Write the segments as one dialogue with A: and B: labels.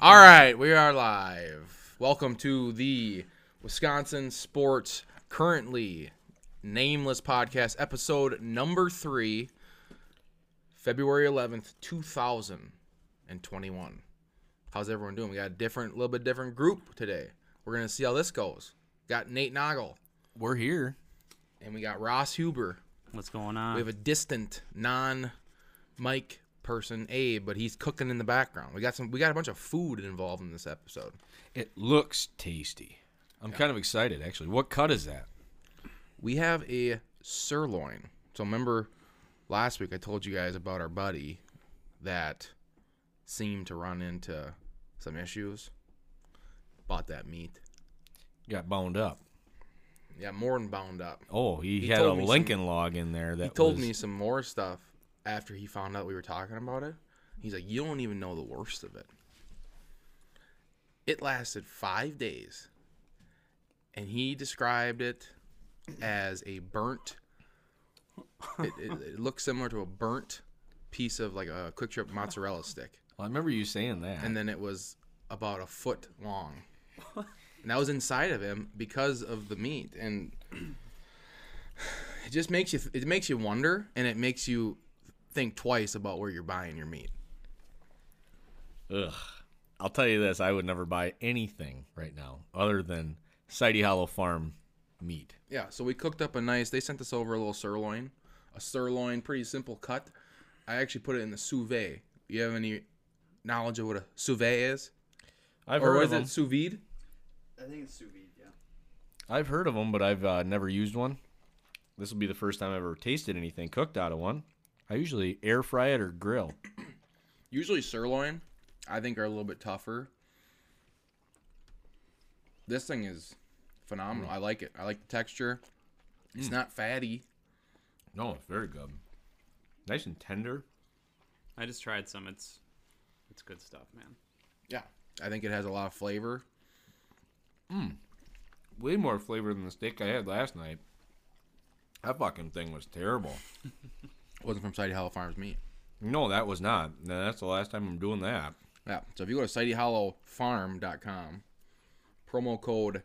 A: All right, we are live. Welcome to the Wisconsin Sports Currently Nameless Podcast, episode number three, February 11th, 2021. How's everyone doing? We got a different, little bit different group today. We're going to see how this goes. Got Nate Noggle,
B: We're here.
A: and we got Ross Huber.
C: What's going on?
A: We have a distant, non mic person, Abe, but he's cooking in the background. We got some we got a bunch of food involved in this episode.
B: It looks tasty. I'm kind of excited, actually. What cut is that?
A: We have a sirloin. So remember last week I told you guys about our buddy that seemed to run into some issues. Bought that meat.
B: Got boned up.
A: Yeah, more than bound up.
B: Oh, he,
A: He
B: had a
A: told me some-
B: Lincoln log in there. That
A: he told
B: was-
A: me some more stuff after he found out we were talking about it. He's like, you don't even know the worst of it. It lasted five days, and he described it as a burnt. It, it, it looks similar to a burnt piece of like a quick trip mozzarella stick,
B: I remember you saying that.
A: and then it was about a foot long. And that was inside of him because of the meat, and it just makes you it makes you wonder and it makes you think twice about where you're buying your meat
B: Ugh. I'll tell you this: I would never buy anything right now other than Sidey Hollow Farm meat.
A: yeah so we cooked up a nice they sent us over a little sirloin a sirloin pretty simple cut i actually put it in the sous vide you have any knowledge of what a sous vide is
B: I've
A: or
B: heard of
A: is
B: them.
A: it sous vide
C: I think it's sous vide. Yeah.
B: I've heard of them, but I've uh, never used one. This will be the first time I've ever tasted anything cooked out of one. I usually air fry it or grill.
A: usually sirloin i think are a little bit tougher this thing is phenomenal i like it i like the texture it's not fatty
B: No, it's very good. Nice and tender.
C: I just tried some. It's it's good stuff, man.
A: yeah i think it has a lot of flavor
B: way more flavor than the steak I had last night. That fucking thing was terrible.
A: It wasn't from Sidey Hollow Farms meat.
B: No, that was not. No, that's the last time I'm doing that.
A: Yeah. So if you go to SideyHollowFarm.com, promo code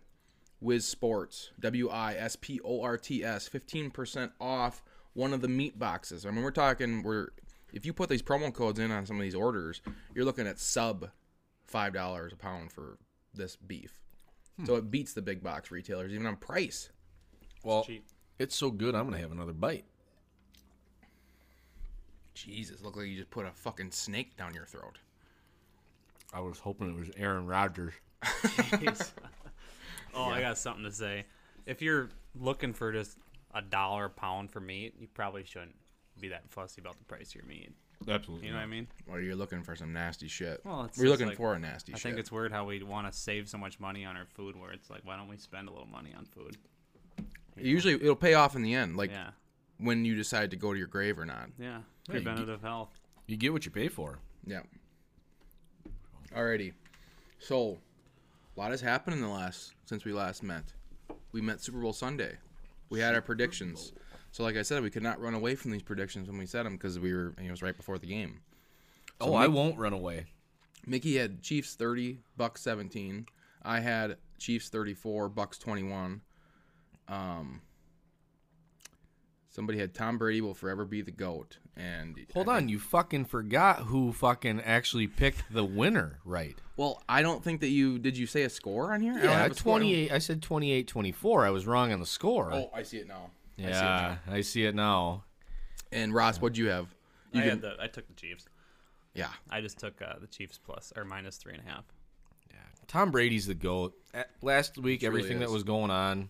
A: WizSports, W I S P O R T S, 15% off one of the meat boxes. I mean, we're talking, we're if you put these promo codes in on some of these orders, you're looking at sub $5 a pound for this beef.
C: Hmm.
A: So it beats the big box retailers, even on price.
B: Well,
C: cheap.
B: it's so good, I'm gonna have another bite.
A: Jesus, look like you just put a fucking snake down your throat.
B: I was hoping it was Aaron Rodgers.
C: Jeez. oh, I got something to say. If you're looking for just a dollar a pound for meat, you probably shouldn't be that fussy about the price of your meat.
B: Absolutely.
C: You know what I mean?
A: Or you're looking for some nasty shit.
C: Well, it's
A: we're
C: just
A: looking
C: like-
A: for a nasty
C: I
A: shit.
C: think it's weird how we want to save so much money on our food, where it's like, why don't we spend a little money on food?
A: Usually it'll pay off in the end, like
C: Yeah,
A: when you decide to go to your grave or not.
C: yeah.
B: you get-
C: Preventative health.
B: You get what you pay for.
A: Yeah. Alrighty. So, a lot has happened in the last since we last met. We met Super Bowl Sunday. We had our predictions. So, like I said, we could not run away from these predictions when we said them because we were. It was right before the game.
B: oh, I won't run away.
A: Mickey had Chiefs thirty, Bucks seventeen. I had Chiefs thirty-four, Bucks twenty-one. Um, somebody had Tom Brady will forever be the goat, and
B: Hold on, you fucking forgot who fucking actually picked the winner, right?
A: Well, I don't think that you did. You say a score on here? I don't
B: Yeah,
A: have a score.
B: 28. I said 28 24. I was wrong on the score.
A: Oh, I see it now. I see it
B: yeah,
A: now.
B: I see it now.
A: And Ross, what'd you have? You
C: I
A: can-
C: had the. I took the Chiefs.
A: yeah.
C: I just took uh, the Chiefs plus or minus three and a half.
B: Tom Brady's the goat. At- Last week,
A: really
B: everything
A: is.
B: that was going on,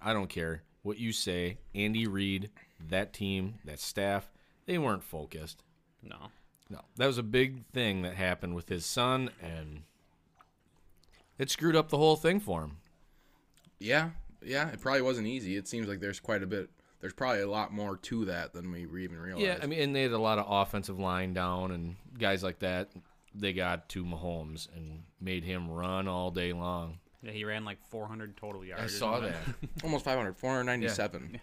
B: I don't care what you say. Andy Reid, that team, that staff, they weren't focused.
C: No.
B: No, that was a big thing that happened with his son, and it screwed up the whole thing for him.
A: Yeah. Yeah. It probably wasn't easy. It seems like there's quite a bit. There's probably a lot more to that than we re- even realized.
B: Yeah, I mean, and they had a lot of offensive line down and guys like that. They got to Mahomes and made him run all day long.
C: Yeah, he ran like 400 total yards.
B: I
C: or
B: saw
C: something.
B: that.
A: almost 500, 497.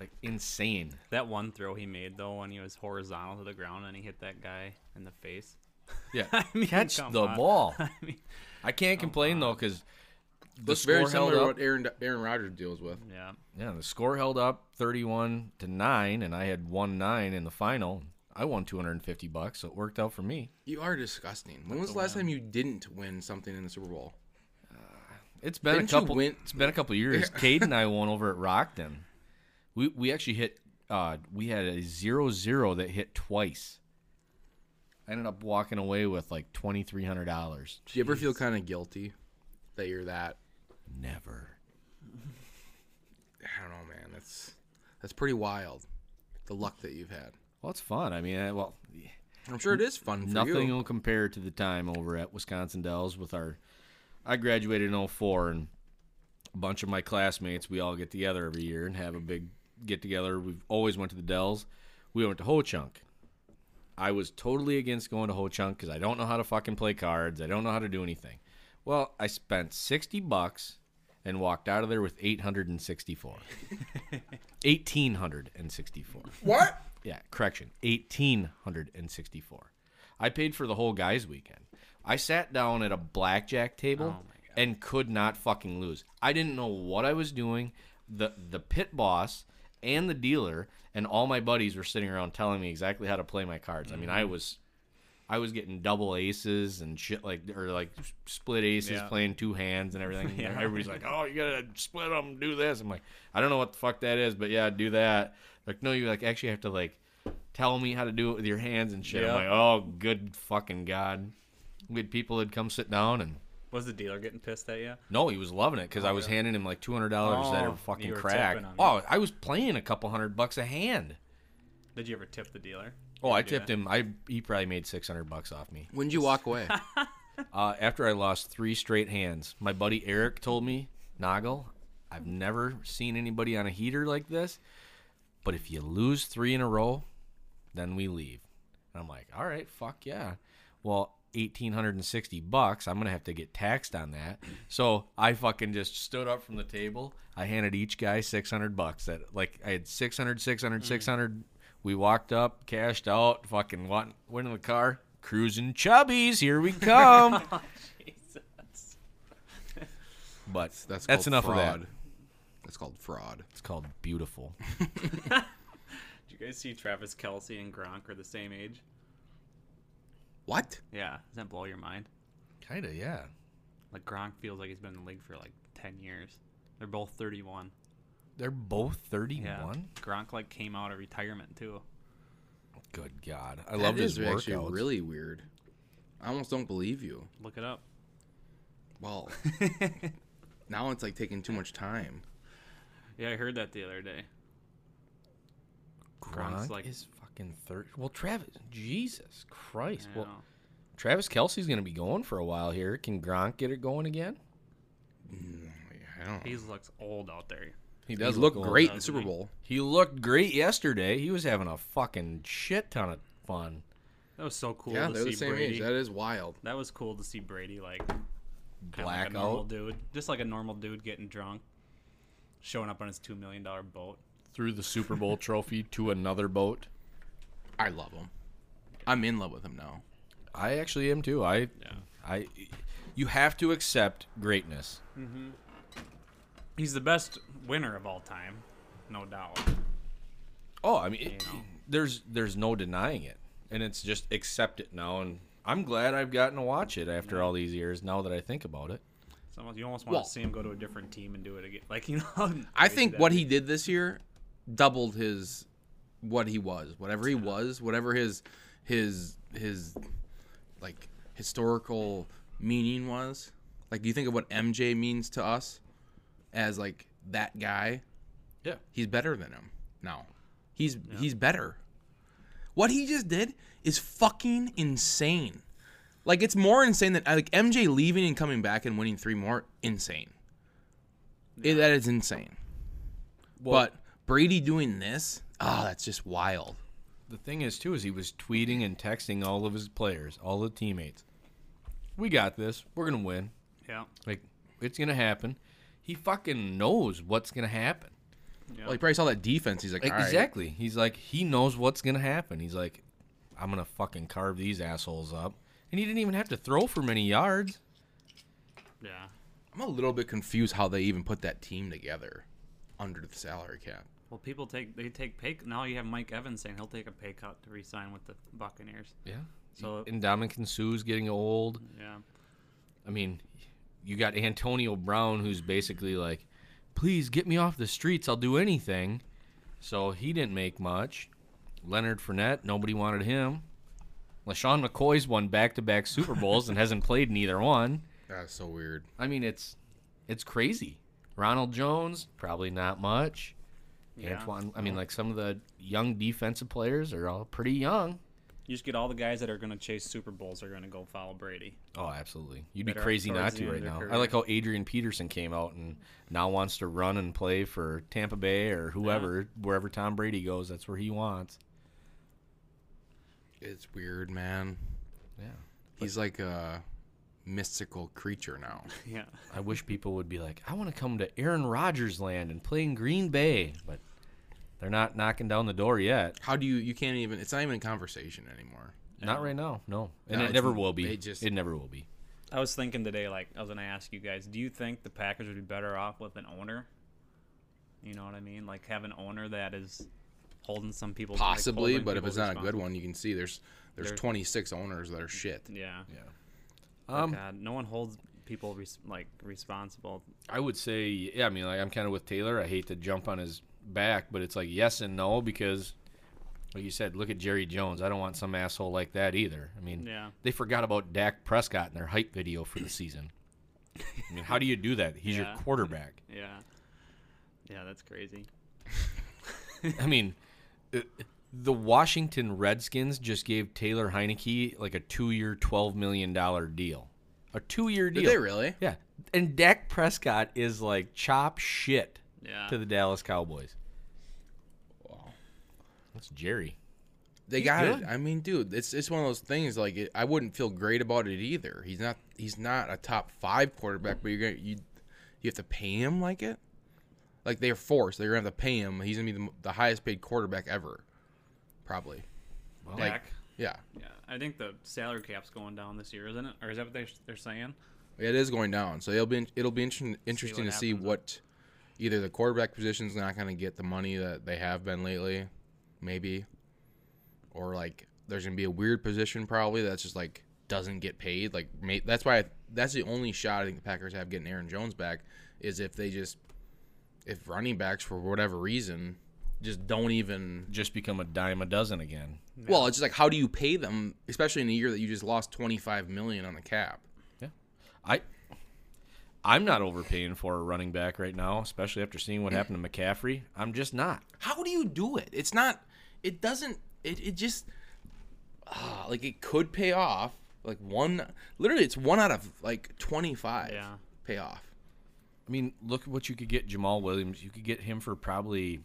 B: like insane.
C: That one throw he made though, when he was horizontal to the ground and he hit that guy in the face.
A: Yeah.
C: I mean,
B: Catch
C: come
B: the
C: on.
B: ball.
C: I mean,
B: I can't complain though because the
A: Looks
B: score
A: very
B: held
A: similar to
B: up.
A: what Aaron Aaron Rodgers deals with.
C: yeah.
B: Yeah, the score held up 31 to 9 and I had 1-9 in the final. I won 250 bucks, so it worked out for me.
A: You are disgusting. When was the last time you didn't win something in the Super Bowl?
B: It's been
A: Didn't
B: a
A: you
B: couple
A: win-
B: it's been a couple years. Cade and I won over at Rockton. We we actually hit uh we had a 0-0 that hit twice. I ended up walking away with like $2300.
A: Do you ever feel kind of guilty that you're that?
B: Never.
A: I don't know, man. That's that's pretty wild. The luck that you've had.
B: Well, it's fun. I mean, I, well,
A: I'm sure it is fun for
B: Nothing
A: you.
B: will compare to the time over at Wisconsin Dells with our. I graduated in 04 and a bunch of my classmates. We all get together every year and have a big get together. We've always went to the Dells. We went to Ho Chunk. I was totally against going to Ho Chunk because I don't know how to fucking play cards. I don't know how to do anything. Well, I spent sixty bucks and walked out of there with eight hundred and sixty-four. Eighteen hundred and sixty-four.
A: What?
B: Yeah, correction. 1864. I paid for the whole guys weekend. I sat down at a blackjack table and could not fucking lose. I didn't know what I was doing. The the pit boss and the dealer and all my buddies were sitting around telling me exactly how to play my cards. I mean, I was I was getting double aces and shit like or like split aces
C: Yeah.
B: playing two hands and everything. Everybody's like, "Oh, you gotta split them, do this." I'm like, "I don't know what the fuck that is, but yeah, do that." Like, no, you like actually have to like tell me how to do it with your hands and shit.
C: Yeah.
B: I'm like, "Oh, good fucking god." We had people had come sit down and
C: Was the dealer getting pissed at you?
B: no, he was loving it because I was handing him like two hundred dollars that
C: Oh,
B: are fucking
C: you were
B: crack.
C: tipping him.
B: Oh, I was playing a couple hundred bucks a hand.
C: Did you ever tip the dealer?
B: Oh,
C: Did
B: I
C: you do
B: tipped
C: that?
B: him. I he probably made six hundred bucks off me.
A: When'd you walk away?
B: Uh, after I lost three straight hands, my buddy Eric told me, Noggle, I've never seen anybody on a heater like this, but if you lose three in a row, then we leave. And I'm like, all right, fuck yeah. Well, 1860 bucks, I'm going to have to get taxed on that. So I fucking just stood up from the table. I handed each guy 600 bucks. That Like, I had 600, 600, 600. We walked up, cashed out, fucking wa- went in the car. Cruising chubbies, here we come.
C: Jesus.
B: But
A: That's
B: that's,
A: called
B: enough
A: fraud.
B: of that.
A: That's called fraud.
B: It's called beautiful.
C: Did you guys see Travis Kelsey and Gronk are the same age?
A: What?
C: Yeah. Does that blow your mind?
B: Kinda, yeah.
C: Like Gronk feels like he's been in the league for like ten years. They're both thirty-one.
B: They're both
C: Yeah.
B: 31.
C: Gronk like came out of retirement too.
B: Good God, I loved
A: that
B: his
A: is
B: workouts.
A: actually really weird. I almost don't believe you.
C: Look it up.
A: Well, now it's like taking too much time.
C: Yeah, I heard that the other day. Gronk's
B: Gronk
C: like-
B: is fucking thirty. Well, Travis, Jesus Christ.
C: I
B: Well,
C: know.
B: Travis Kelsey's gonna be going for a while here. Can Gronk get it going again?
A: I don't.
C: he looks old out there.
A: He
B: He
A: looked
B: old.
A: great in the
C: doesn't
A: Super
C: he?
A: Bowl.
B: He looked great yesterday. He was having a fucking shit ton of fun.
C: That was so cool
A: Yeah,
C: to
A: they're
C: see
A: the same
C: Brady.
A: age. That is wild.
C: That was cool to see Brady like kinda like a normal
B: Blackout
C: dude, just like a normal dude getting drunk, showing up on his two million dollar boat.
B: threw the Super Bowl trophy to another boat.
A: I love him. I'm in love with him now.
B: I actually am too. I, I, you have to accept greatness.
C: He's the best winner of all time, no doubt.
B: Oh, I mean, it,
C: You know.
B: there's there's no denying it, and it's just accept it now. And I'm glad I've gotten to watch it after all these years. Now that I think about it,
C: It's almost, you almost want
A: Well-
C: to see him go to a different team and do it again. Like you know,
A: I think what he did this year doubled his what he was, whatever he was, whatever his his his like historical meaning was. Like, do you think of what MJ means to us as like that guy?
B: yeah,
A: He's better than him now. He's he's better. What he just did is fucking insane. Like it's more insane than like MJ leaving and coming back and winning three more. Insane. It- that is insane. but Brady doing this, oh, that's just wild.
B: the thing is too is he was tweeting and texting all of his players, all the teammates. We got this. We're gonna win.
C: yeah,
B: Like it's gonna happen. He fucking knows what's gonna happen.
A: Well, he probably saw that defense. He's like,
B: Like,
A: "All right."
B: exactly. He's like, he knows what's gonna happen. He's like, I'm gonna fucking carve these assholes up. And he didn't even have to throw for many yards.
C: Yeah.
A: I'm a little bit confused how they even put that team together under the salary cap.
C: Well, people take they take pay. Now you have Mike Evans saying he'll take a pay cut to resign with the Buccaneers.
B: Yeah.
C: So
B: And Dominican Sue's Uh, getting old.
C: yeah,
B: I mean, you got Antonio Brown, who's basically like, please get me off the streets. I'll do anything. So he didn't make much. Leonard Fournette, nobody wanted him. LaShawn McCoy's won back to back Super Bowls and hasn't played neither one.
A: That's so weird.
B: I mean, it's it's crazy. Ronald Jones, probably not much.
C: yeah.
B: Antoine, I mean, like some of the young defensive players are all pretty young.
C: You just get all the guys that are going to chase Super Bowls are going to go follow Brady.
B: Oh, absolutely. You'd be
C: That are
B: crazy
C: towards
B: not
C: the
B: to
C: end
B: right
C: of their
B: now. I
C: career.
B: like how Adrian Peterson came out and now wants to run and play for Tampa Bay or whoever, wherever Tom Brady goes, that's where he wants.
A: It's weird, man.
B: Yeah.
A: He's like a mystical creature now.
C: Yeah.
B: I wish people would be like, I want to come to Aaron Rodgers land and play in Green Bay, but they're not knocking down the door yet.
A: How do you? You can't even. It's not even a conversation anymore.
B: Not right now, no. And
A: No,
B: it
A: it's-
B: never will be.
A: they just-
B: it never will be.
C: I was thinking today, like I was going to ask you guys, do you think the Packers would be better off with an owner? You know what I mean? Like have an owner that is holding some people like,
A: Possibly,
C: holding
A: but if
C: people
A: it's not a good
C: responsible.
A: one, you can see there's there's
C: There-
A: 26 owners that are shit.
C: yeah.
B: Um,
C: God, no one holds people res- like responsible.
B: I would say, yeah, I mean, like, I'm kind of with Taylor. I hate to jump on his back, but it's like yes and no because, like you said, look at Jerry Jones. I don't want some asshole like that either. I mean,
C: Yeah.
B: they forgot about Dak Prescott in their hype video for the season. I mean, how do you do that? He's
C: Yeah.
B: your quarterback.
C: Yeah. Yeah, that's crazy.
B: I mean, uh, the Washington Redskins just gave Taylor Heineke like a two year, $12 million deal. A two year deal.
A: Did they really?
B: Yeah. And Dak Prescott is like chop shit
C: Yeah.
B: to the Dallas Cowboys. That's Jerry.
A: They got
B: good.
A: it. I mean, dude, it's it's one of those things. Like, it, I wouldn't feel great about it either. He's not he's not a top five quarterback, but you're gonna you you have to pay him like it. Like they're forced. They're gonna have to pay him. He's gonna be the, the highest paid quarterback ever, probably. like-
C: Dak.
A: Yeah,
C: Yeah, I think the salary cap's going down this year, isn't it? Or is that what they, they're saying?
A: it is going down. So it'll be it'll be interesting interesting to see
C: happens.
A: what either the quarterback position's not gonna get the money that they have been lately, maybe, or like there's gonna be a weird position probably that's just like doesn't get paid. Like may, that's why that's the only shot I think the Packers have getting Aaron Jones back is if they just if running backs for whatever reason just don't even
B: Just become a dime a dozen again.
A: well it's just like how do you pay them especially in a year that you just lost 25 million on the cap
B: I I'm not overpaying for a running back right now, especially after seeing what happened to McCaffrey. I'm just not.
A: how do you do it it's not it doesn't it, it just ah, like it could pay off like one literally it's one out of like 25
C: Yeah.
A: pay off
B: I mean, look at what you could get Jamal Williams. You could get him for probably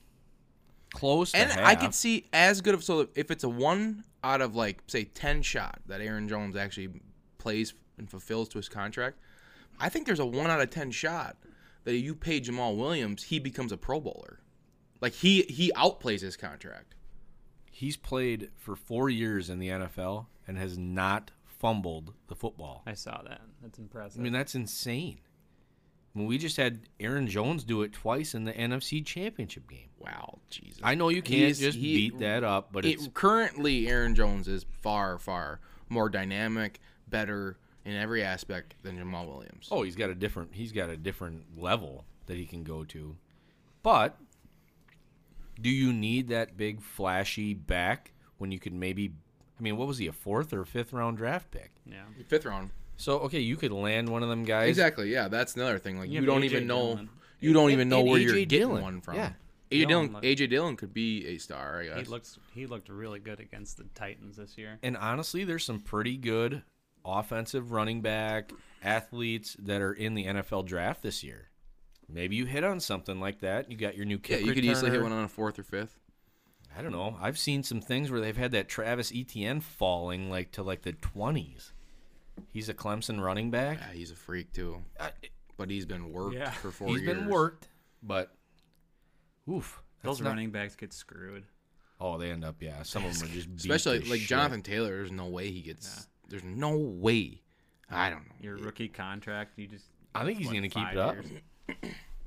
B: close to
A: and i
B: half.
A: could see as good of so if it's a one out of like say 10 shot that aaron jones actually plays and fulfills to his contract i think there's a one out of 10 shot that you pay jamal williams he becomes a pro bowler like he he outplays his contract
B: He's played for 4 years in the NFL and has not fumbled the football.
C: I saw that. That's impressive.
B: I mean, that's insane. I mean, we just had Aaron Jones do it twice in the NFC Championship game.
A: wow jesus
B: I know you can't
A: He's-
B: just
A: he-
B: beat that up, but it's
A: it, currently Aaron Jones is far, far more dynamic, better in every aspect than Jamal Williams.
B: oh, he's got a different he's got a different level that he can go to. But do you need that big flashy back when you could maybe I mean, what was he a fourth or fifth round draft pick?
C: yeah.
A: Fifth round,
B: So okay, you could land one of them guys.
A: exactly. Yeah, that's another thing. Like you,
C: have
A: don't
C: A.J.
A: even know,
C: Dillon.
A: you don't
B: And-
A: even know
B: and
A: where
B: A.J.
A: you're getting
B: Dillon.
A: one from.
B: Yeah.
A: AJ
C: Dillon,
A: Dillon,
C: like-
A: AJ Dillon could be a star. I
C: He
A: guess.
C: looks he looked really good against the Titans this year.
B: And honestly, there's some pretty good offensive running back athletes that are in the NFL draft this year. Maybe you hit on something like that. You got your new
A: yeah,
B: kick
A: you could easily hit
B: returner.
A: one on a fourth or fifth.
B: I don't know. I've seen some things where they've had that Travis Etienne falling like to like the twenties. He's a Clemson running back.
A: Yeah, he's a freak too,
B: I,
A: but he's been worked
C: Yeah.
A: for 4
B: he's
A: years.
B: been worked, but oof, that's
C: Those
B: not-
C: running backs get screwed.
B: Oh, they end up yeah. Some of them are just beat
A: especially
B: to
A: like
B: shit.
A: Jonathan Taylor. There's no way he gets. There's no way. I don't know.
C: Your rookie contract, you just.
B: I think he's
C: what,
B: gonna keep
C: five
B: it up.
C: years?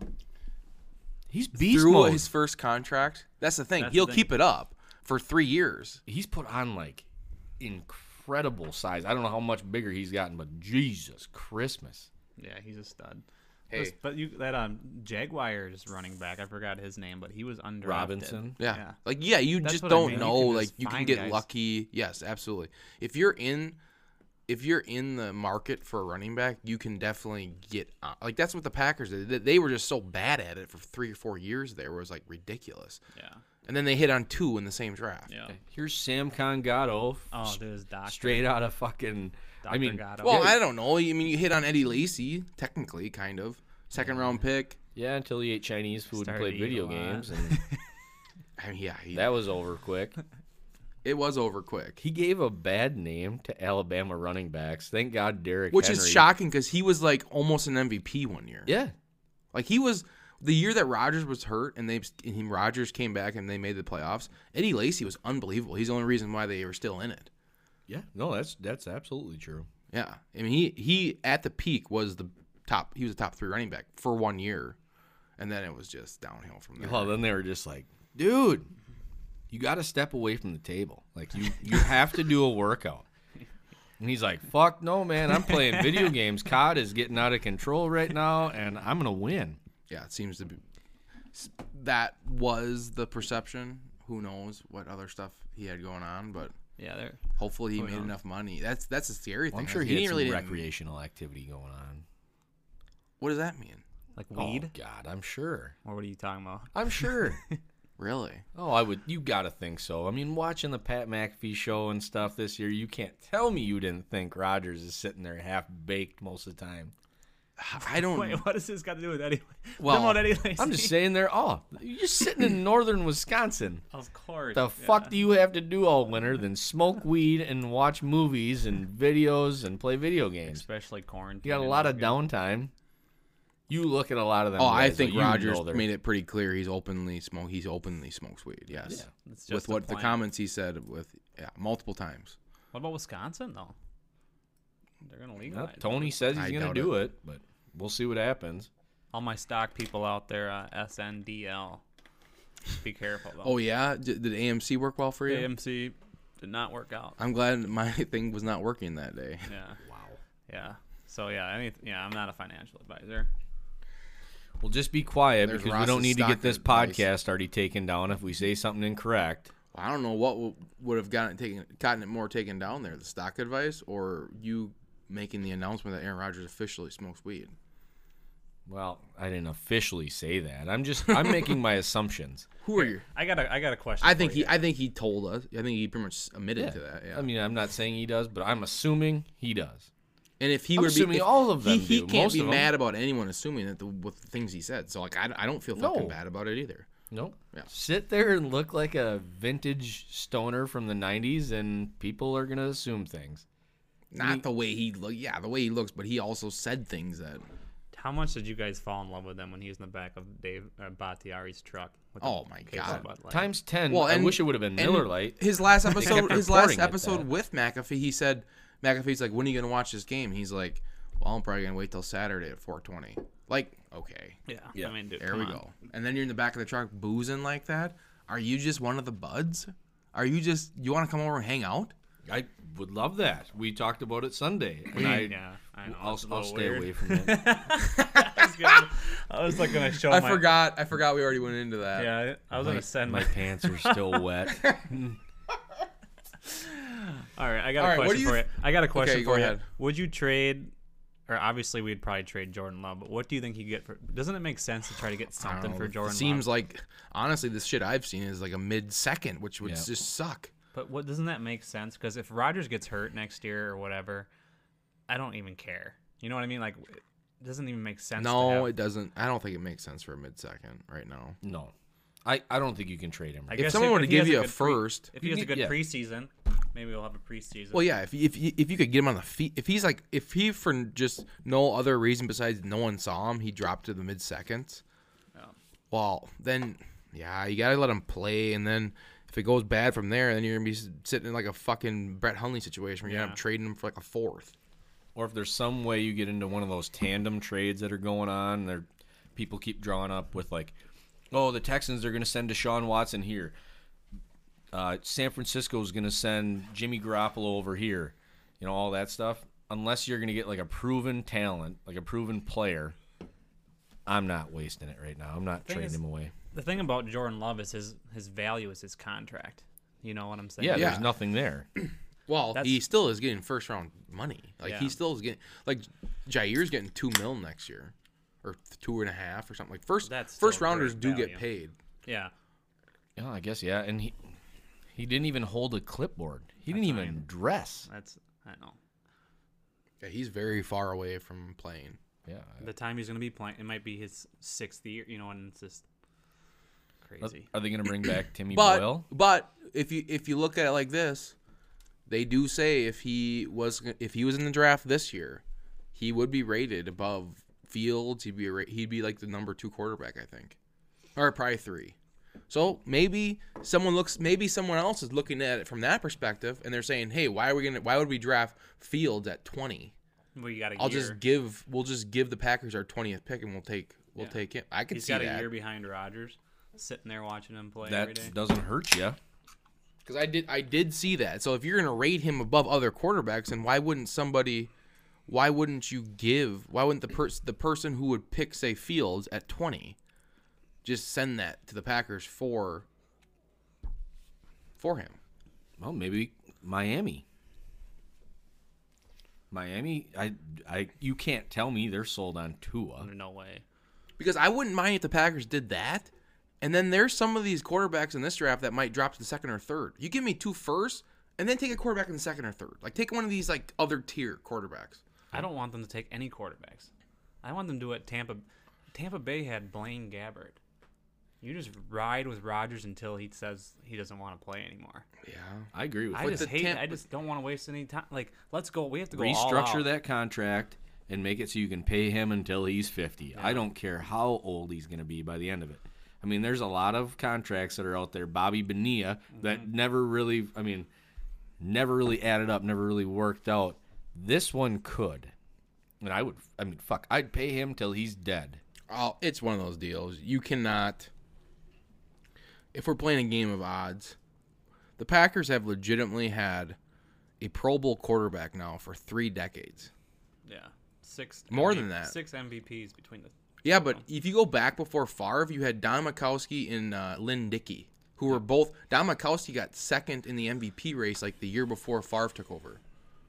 B: He's beast
A: Through
B: mode.
A: his first contract. That's the thing.
C: That's the
A: He'll
C: thing.
A: keep it up for three years.
B: he's put on like incredible size. I don't know how much bigger he's gotten, but Jesus Christmas.
C: Yeah, he's a stud.
A: Hey.
C: This- but you that um Jaguars running back, I forgot his name, but he was undrafted.
B: Robinson.
A: Yeah.
C: Yeah.
A: Like yeah, you
C: That's
A: just
C: what I
A: don't
C: mean. You
A: know.
C: can
A: like
C: just
A: you can
C: find
A: get
C: guys.
A: lucky. Yes, absolutely. If you're in if you're in the market for a running back, you can definitely get uh, like that's what the Packers did. They- They were just so bad at it for 3 or 4 years there where it was like ridiculous.
C: Yeah.
A: And then they hit on two in the same draft.
C: Yeah.
B: Here's Sam Congato,
C: Oh, dude, his doctor.
B: straight out of fucking. I
C: Dr.
B: mean,
C: Gatto.
A: Well, I don't know. I mean, you hit on Eddie Lacy technically kind of second round pick.
B: yeah, until he ate Chinese food
C: Started to
B: and played
C: eat a
B: video
C: lot.
B: games, and
A: I mean, yeah, he,
B: that was over quick.
A: it was over quick.
B: He gave a bad name to Alabama running backs. Thank God, Derek.
A: Which is
B: Henry-
A: shocking cuz he was like almost an MVP one year.
B: Yeah,
A: Like he was the year that Rodgers was hurt and they and he- Rodgers came back and they made the playoffs. Eddie Lacy was unbelievable. He's the only reason why they were still in it.
B: yeah. No, that's that's absolutely true.
A: Yeah, I mean he he at the peak was the top. He was a top three running back for one year, and then it was just downhill from there.
B: Oh, then they were just like, dude, you got to step away from the table. Like you, you have to do a workout. And he's like, fuck no, man. I'm playing video games. COD is getting out of control right now, and I'm gonna win.
A: Yeah, it seems to be s- that was the perception. Who knows what other stuff he had going on, but
C: Yeah, there.
A: hopefully he made enough money. That's that's a scary thing.
B: I'm sure
A: He
B: he, had
A: didn't
B: some
A: really-
B: recreational activity going on.
A: What does that mean?
C: Like weed?
B: Oh God, I'm sure.
C: Or what are you talking about?
B: I'm sure.
A: Really?
B: oh, I would. You gotta think so. I mean, watching the Pat McAfee show and stuff this year, you can't tell me you didn't think Rogers is sitting there half baked most of the time.
A: I don't.
C: Wait, what does this got to do with Eddie?
A: Well,
C: Come on, Eddie Lacy.
B: I'm just saying they're all. You're sitting in northern Wisconsin.
C: Of course.
B: The fuck do you have to do all winter than smoke weed and watch movies and videos and play video games?
C: Especially quarantine.
B: You got a lot of downtime. You look at a lot of them.
A: Oh, I
B: guys, though,
A: think
B: you
A: Rogers
B: know they're-
A: made it pretty clear he's openly smoke. He's openly smokes weed. Yes,
C: It's just
A: with
C: a
A: what the
C: plan.
A: comments he said with yeah, multiple times.
C: What about Wisconsin though? They're gonna legalize.
B: Well, Tony says he's
A: I
B: gonna
A: doubt
B: do it, but we'll see what happens.
C: All my stock people out there, uh, SNDL. Be careful though.
A: Oh yeah, did, did AMC work well for you?
C: AMC did not work out.
A: I'm glad my thing was not working that day.
C: Yeah.
B: Wow.
C: Yeah. So yeah, any yeah, I'm not a financial advisor.
B: Well, just be quiet
A: There's
B: because we don't
A: Ross's
B: need to
A: stock
B: get this
A: advice.
B: podcast already taken down if we say something incorrect.
A: Well, I don't know what w- would have gotten it taken, gotten it more taken down there, the stock advice or you making the announcement that Aaron Rodgers officially smokes weed.
B: Well, I didn't officially say that. I'm just I'm making my assumptions.
A: Who are you?
C: I got a I got a question.
A: I think
C: for you.
A: he. I think he told us. I think he pretty much admitted
B: Oh, Yeah.
A: to that. Yeah.
B: I mean, I'm not saying he does, but I'm assuming he does.
A: And if he
B: I'm
A: would be,
B: assuming
A: if-
B: all of them
A: he, he
B: do,
A: can't
B: most
A: be
B: of them.
A: mad about anyone assuming that the, with the things he said. So like, I, I don't feel fucking
B: No.
A: bad about it either.
B: Nope.
A: Yeah.
B: Sit there and look like a vintage stoner from the 90s, and people are going to assume things.
A: Not the way he look, yeah, the way he looks, but he also said things that
C: How much did you guys fall in love with him when he was in the back of Dave uh, Battiari's truck? With the
A: Oh my
C: case of
A: God.
C: Bud Light?
B: Times 10.
A: Well,
B: Well, I
A: and-
B: wish it would have been
A: and
B: Miller Lite.
A: His last episode,
B: kept
A: his last
B: reporting it,
A: episode
B: that.
A: with McAfee, he said McAfee's like, "When are you gonna watch this game?" He's like, "Well, I'm probably gonna wait till Saturday at 4:20." Like, okay,
C: Yeah. I mean, dude,
A: there
C: come
A: we
C: on.
A: go. And then you're in the back of the truck boozing like that. Are you just one of the buds? Are you just you want to come over and hang out?
B: I would love that. We talked about it Sunday. And I,
C: Yeah, I know.
B: I'll,
C: it's a
B: I'll
C: little
B: stay
C: weird.
B: away from that.
C: I was, gonna, I was like gonna show
A: I
C: my.
A: forgot. I forgot we already went into that.
C: Yeah, I was
B: my,
C: gonna send
B: my
C: my.
B: pants are still wet.
C: All right, I got
A: All
C: a
A: right, what
C: question
A: do
C: for
A: you
C: you. I got a question
A: Okay, go
C: for you.
A: ahead.
C: Would you trade? Or obviously, we'd probably trade Jordan Love. But what do you think you get for? Doesn't it make sense to try to get
A: I don't
C: something
A: know,
C: for
A: it
C: Jordan?
A: Seems
C: Love?
A: like honestly, this shit I've seen is like a mid-second, which would
B: Yeah.
A: just suck.
C: but what doesn't that make sense? Because if Rodgers gets hurt next year or whatever, I don't even care. You know what I mean? Like, it doesn't even make sense. to
A: No,
C: have-
A: it doesn't. I don't think it makes sense for a mid-second right now.
B: No. I, I don't think you can trade him.
C: I
B: Right?
A: If
C: guess
A: someone were to
C: he
A: give
C: has
A: you a
C: good pre-
A: first,
C: if he has a
B: need-
C: good
B: yeah.
C: preseason, maybe we'll have a preseason.
A: Well, yeah. If if you- if you could get him on the feet, if he's like, if he for just no other reason besides no one saw him, he dropped to the mid seconds.
C: Yeah.
A: Well, then yeah, you gotta let him play, and then If it goes bad from there, then you're gonna be s- sitting in like a fucking Brett Hundley situation where you're gonna
C: Yeah.
A: have trading him for like a fourth.
B: or if there's some way you get into one of those tandem trades that are going on, there people keep drawing up with like, oh, the Texans are going to send Deshaun Watson here. Uh, San Francisco is going to send Jimmy Garoppolo over here. You know all that stuff. Unless you're going to get like a proven talent, like a proven player, I'm not wasting it right now. I'm not trading
C: is-
B: him away.
C: The thing about Jordan Love is his his value is his contract. You know what I'm saying?
B: Yeah,
A: Yeah.
B: there's nothing there.
A: Well,
C: That's-
A: he still is getting first round money. Like he
C: Yeah.
A: still is getting like Jair's getting two mil next year, or th- two and a half or something. Like first
C: That's still
A: first rounders
C: great
A: do
C: value.
A: get paid.
C: Yeah.
B: Yeah, I guess yeah. And he he didn't even hold a clipboard. He didn't even dress.
C: That's I know.
A: Yeah, he's very far away from playing.
B: Yeah.
C: The time he's gonna be playing, it might be his sixth year. You know, and it's just crazy.
B: Are they going to bring back Timmy
A: But
B: Boyle?
A: but if you if you look at it like this, they do say if he was if he was in the draft this year, he would be rated above Fields. He'd be ra- he'd be like the number two quarterback, I think, or probably three. So maybe someone looks maybe someone else is looking at it from that perspective, and they're saying, hey, why are we gonna why would we draft Fields at twenty?
C: Well, you got a
A: I'll
C: year.
A: just give we'll just give the Packers our twentieth pick, and we'll take we'll
C: Yeah.
A: take him. I could
C: He's
A: see
C: got a
A: that.
C: year behind Rodgers, sitting there watching him play every day.
B: that doesn't hurt you.
A: Because I did, I did see that. So if you're gonna rate him above other quarterbacks, then why wouldn't somebody, why wouldn't you give, why wouldn't the person, the person who would pick, say Fields at 20, just send that to the Packers for, for him?
B: Well, maybe Miami. Miami, I, I, you can't tell me they're sold on Tua.
C: No way.
A: Because I wouldn't mind if the Packers did that. And then there's some of these quarterbacks in this draft that might drop to the second or third. You give me two firsts, and then take a quarterback in the second or third. Like take one of these like other tier quarterbacks.
C: I don't want them to take any quarterbacks. I want them to do what Tampa. Tampa Bay had Blaine Gabbert. You just ride with Rodgers until he says he doesn't want to play anymore.
A: Yeah.
B: I agree with
C: I
B: you.
C: just
A: the
C: hate.
A: Tampa-
C: I just don't want to waste any time. Like, let's go. We have to go all
B: Restructure
C: out.
B: that contract and make it so you can pay him until he's 50. I don't care how old he's going to be by the end of it. I mean, there's a lot of contracts that are out there. Bobby Bonilla that
A: Mm-hmm.
B: never really, I mean, never really added up, never really worked out. This one could. And I would, I mean, fuck, I'd pay him till he's dead.
A: Oh, it's one of those deals. You cannot. If we're playing a game of odds, the Packers have legitimately had a Pro Bowl quarterback now for three decades.
C: Yeah, six
A: More than that.
C: Six MVPs between the.
A: Yeah, but if you go back before Favre, you had Don Mikowski and uh, Lynn Dickey, who were both. Don Mikowski got second in the MVP race like the year before Favre took over.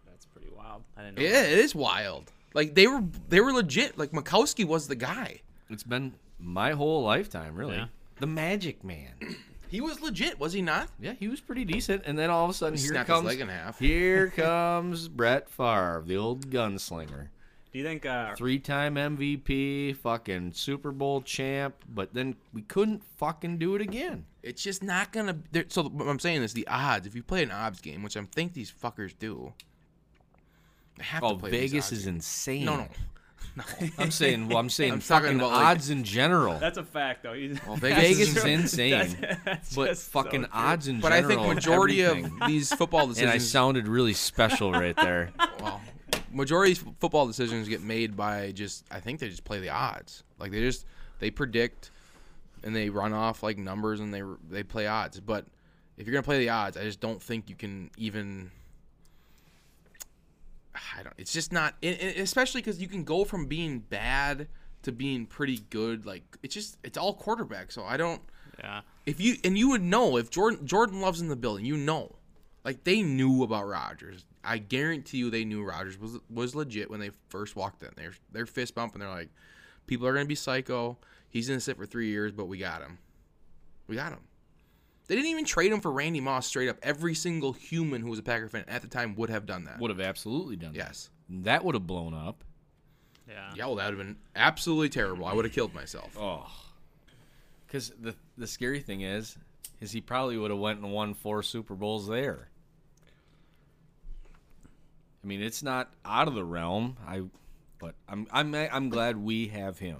C: That's pretty wild. I didn't know.
A: Yeah, it is wild. Like they were, they were legit. Like Mikowski was the guy.
B: It's been my whole lifetime, really.
C: Yeah.
B: The Magic Man.
A: He was legit, was he not?
B: Yeah, he was pretty decent, and then all of a sudden, here
A: snapped his
B: comes
A: leg in half.
B: here comes Brett Favre, the old gunslinger,
C: Do you think? Uh,
B: three-time MVP, fucking Super Bowl champ, but then we couldn't fucking do it again.
A: It's just not gonna. there- So what I'm saying is the odds. If you play an odds game, which I think these fuckers do, they have
B: Oh,
A: to play these
B: Vegas
A: odds
B: is
A: games.
B: insane.
A: No, no, no.
B: I'm saying, well, I'm saying,
A: I'm talking
B: fucking
A: about, like-
B: odds in general.
C: that's a fact, though. You-
A: Vegas
B: Vegas
A: is-
B: is insane,
C: That's- that's
B: but
C: just so
B: fucking
C: true.
B: odds in
A: But I
B: general.
A: think majority
B: everything.
A: of these football
B: and I
A: decisions,
B: sounded really special right there.
A: well, majority of football decisions get made by just. I think they just play the odds. Like they just they predict, and they run off like numbers and they they play odds. But if you're gonna play the odds, I just don't think you can even I don't. It's just not, and, and especially because you can go from being bad to being pretty good. Like it's just, it's all quarterback. So I don't.
C: Yeah.
A: If you and you would know if Jordan Jordan loves in the building, you know, like they knew about Rodgers. I guarantee you, they knew Rodgers was was legit when they first walked in. They're they're fist bumping. They're like, people are gonna be psycho. He's gonna sit for three years, but we got him. We got him. They didn't even trade him for Randy Moss straight up. Every single human who was a Packer fan at the time would have done that.
B: Would have absolutely done that.
A: Yes.
B: That would have blown up.
C: Yeah.
A: Yeah, well, that would have been absolutely terrible. I would have killed myself.
B: Oh. Because the the scary thing is, is he probably would have went and won four Super Bowls there. I mean, it's not out of the realm. I, but I'm I'm I'm glad we have him.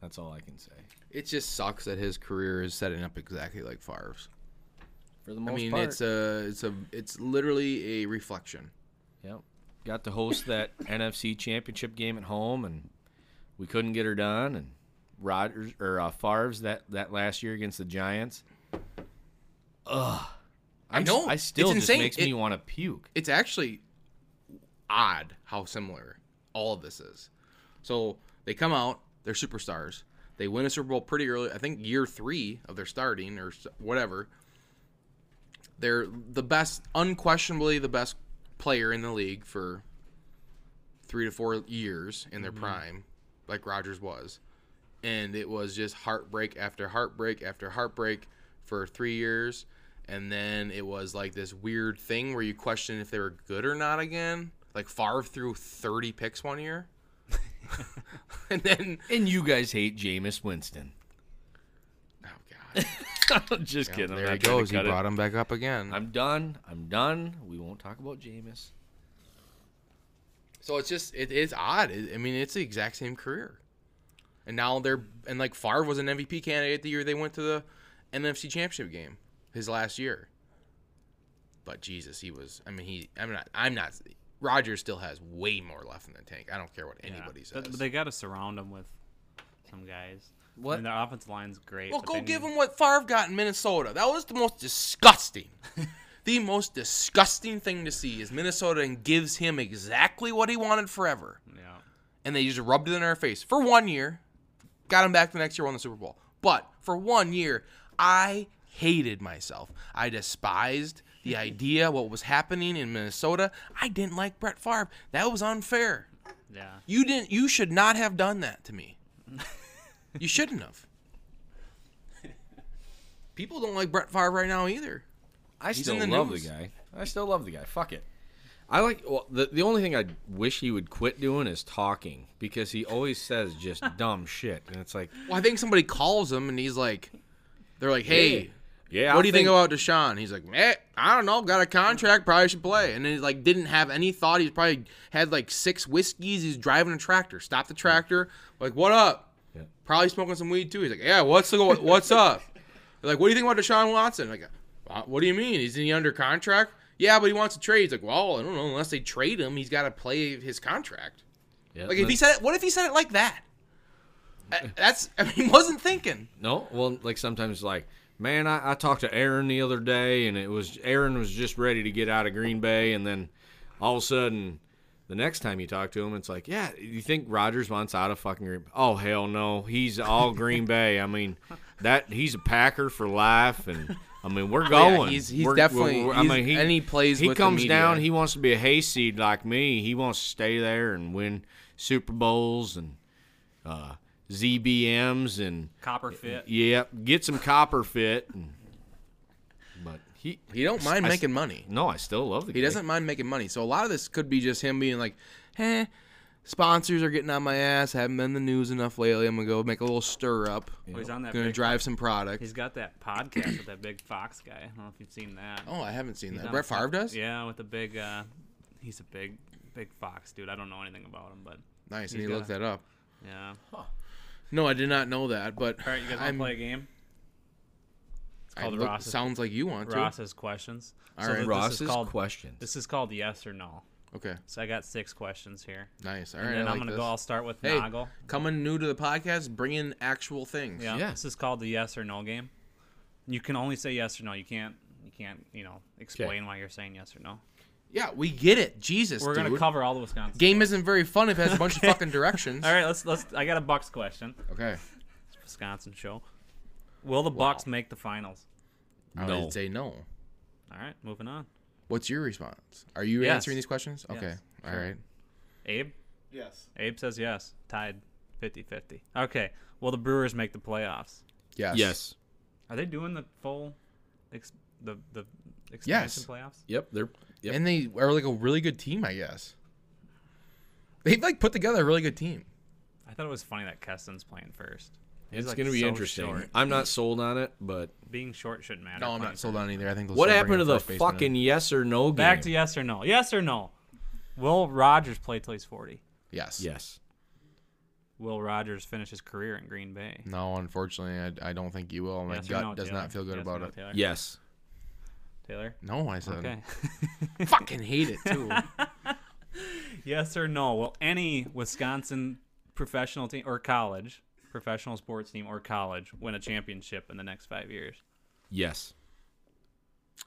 B: That's all I can say.
A: It just sucks that his career is setting up exactly like Favre's.
B: for the
A: I
B: most
A: mean,
B: part.
A: it's a, it's a, it's literally a reflection.
B: Yep. Got to host that NFC Championship game at home, and we couldn't get her done. And Rodgers or uh, Favre's that that last year against the Giants.
A: i
B: I'm s-
A: know.
B: I still
A: it's
B: just
A: insane.
B: makes
A: It-
B: me want to puke.
A: it's actually odd how similar all of this is. So they come out, they're superstars. They win a Super Bowl pretty early. I think year three of their starting or s- whatever. They're the best, unquestionably the best player in the league for three to four years in
B: Mm-hmm.
A: their prime, like Rodgers was. And it was just heartbreak after heartbreak after heartbreak for three years. And then it was like this weird thing where you question if they were good or not again. Like Favre threw 30 picks one year. and then,
B: And you guys hate Jameis Winston.
A: oh God.
B: just kidding. I'm
A: there he
B: not trying to
A: goes. He
B: cut it.
A: brought him back up again.
B: I'm done. I'm done. We won't talk about Jameis.
A: So it's just it is odd. It, I mean, it's the exact same career, and now they're and like Favre was an MVP candidate the year they went to the NFC Championship game, his last year. But Jesus, he was. I mean, he. I'm not. I'm not. Rogers still has way more left in the tank. I don't care what
C: Yeah.
A: anybody
C: But-
A: says.
C: But they got to surround him with some guys.
B: What?
C: I mean, their offensive line's great.
A: well,
C: but
A: go
C: they
A: give
C: need-
A: him what Favre got in Minnesota. That was the most disgusting. the most disgusting thing to see is Minnesota and gives him exactly what he wanted forever.
C: Yeah.
A: and they just rubbed it in our face for one year. Got him back the next year, won the Super Bowl. But for one year, I hated myself. I despised the idea what was happening in Minnesota. I didn't like Brett Favre. That was unfair.
C: Yeah.
A: You didn't. You should not have done that to me. You shouldn't have. People don't like Brett Favre right now either.
B: I still
A: in the
B: love
A: news.
B: the guy. I still love the guy. Fuck it. I like well the the only thing I wish he would quit doing is talking because he always says just dumb shit and it's like
A: Well, I think somebody calls him and he's like, they're like, hey,
B: yeah
A: what do you think, about Deshaun? He's like, eh, I don't know. Got a contract, probably should play. And then he like didn't have any thought. He's probably had like six whiskeys. He's driving a tractor. Stop the tractor. Like, what up?
B: Yeah.
A: Probably smoking some weed too. He's like, yeah, what's the what's up? They're like, what do you think about Deshaun Watson? Like, "Uh, what do you mean? Is he under contract? Yeah, but he wants to trade. He's like, well, I don't know. Unless they trade him, he's got to play his contract.
B: Yeah,
A: Like, if
B: but-
A: he said, it, what if he said it like that? Uh, That's I mean, he wasn't thinking.
B: No, well, like sometimes, like man, I, I talked to Aaron the other day, and it was Aaron was just ready to get out of Green Bay, and then all of a sudden, the next time you talk to him, it's like, yeah, you think Rodgers wants out of fucking Green? Oh hell no, he's all Green Bay. I mean, that he's a Packer for life, and I mean we're going.
A: Oh, yeah, he's- he's
B: We're-
A: definitely- he's- and he plays
B: He
A: with the
B: comes
A: media.
B: down. He wants to be a hayseed like me. He wants to stay there and win Super Bowls and uh, ZBMs and.
C: Copper fit.
B: Yep, get some copper fit. and- But he
A: He don't mind
B: I s-
A: making money.
B: no, I still love the guy.
A: He doesn't mind making money. So a lot of this could be just him being like, eh, sponsors are getting on my ass. Haven't been in the news enough lately. I'm going to go make a little stir up.
C: Well, Oh, he's on that.
A: going to
C: big-
A: drive some product.
C: He's got that podcast with that big fox guy. I don't know if you've seen that.
A: Oh, I haven't seen
C: He's
A: that.
C: on
A: Brett
C: a fo-
A: Favre does?
C: Yeah, with the big. uh He's a big, big fox dude. I don't know anything about him, but
A: Nice.
C: He's
A: And he
C: got
A: looked
C: a-
A: that up.
C: yeah. All
A: No, I did not know that. But
C: right, you guys want
A: I'm-
C: to play a game?
A: I
C: called
A: look-
C: Ross's-
A: sounds like you want to.
C: Ross's questions.
A: All
C: so
A: right.
C: th- this
B: Ross's
C: is called
B: questions.
C: this is called yes or no.
A: Okay.
C: So I got six questions here.
A: Nice. All
C: And
A: right.
C: then
A: I
C: I'm
A: like
C: gonna
A: this.
C: go. I'll start with
A: Hey,
C: Noggle.
A: coming new to the podcast, bring in actual things.
C: Yeah,
B: Yeah.
C: This is called the yes or no game. You can only say yes or no. You can't. You can't. You know, explain why you're saying yes or no.
A: Yeah, we get it. Jesus,
C: We're
A: dude.
C: gonna cover all the Wisconsin.
A: Game isn't very fun if it has a bunch of fucking directions.
C: All right, let's let's. I got a Bucks question.
A: Okay.
C: Wisconsin show. Will the Bucks make the finals?
A: I
B: No.
A: would say no.
C: All right, moving on.
A: What's your response? Are you
C: Yes.
A: answering these questions? Okay.
C: Yes.
A: All right.
C: Abe.
D: Yes.
C: Abe says yes. Tied 50-50. Okay. Will the Brewers make the playoffs?
A: Yes.
B: Yes.
C: Are they doing the full, ex- the the expansion
A: Yes.
C: playoffs?
B: Yep. They're. Yep.
A: And they are like a really good team, I guess. They've like put together a really good team.
C: I thought it was funny that Keston's playing first. He's,
B: it's
C: like,
B: gonna be
C: so
B: interesting.
C: short.
B: I'm not sold on it, but
C: Being short shouldn't matter.
A: No, I'm
C: Playing
A: not sold on either. I think they'll
B: what
A: still
B: happened
A: bring
B: to
A: a
B: the
A: first baseman in.
B: fucking yes or no game?
C: Back to yes or no. Yes or no. Will Rogers play till he's 40?
A: Yes.
B: yes.
C: Will Rogers finish his career in Green Bay?
A: No, unfortunately, I, I don't think you will. My
C: Yes or
A: gut
C: no,
A: does
C: Taylor?
A: not feel good
C: Yes or
A: about
C: no,
A: it.
C: Taylor?
B: Yes.
C: Taylor?
A: No, I said.
C: Okay.
A: Fucking hate it too.
C: yes or no? Will any Wisconsin professional team or college, professional sports team or college, win a championship in the next five years?
B: Yes.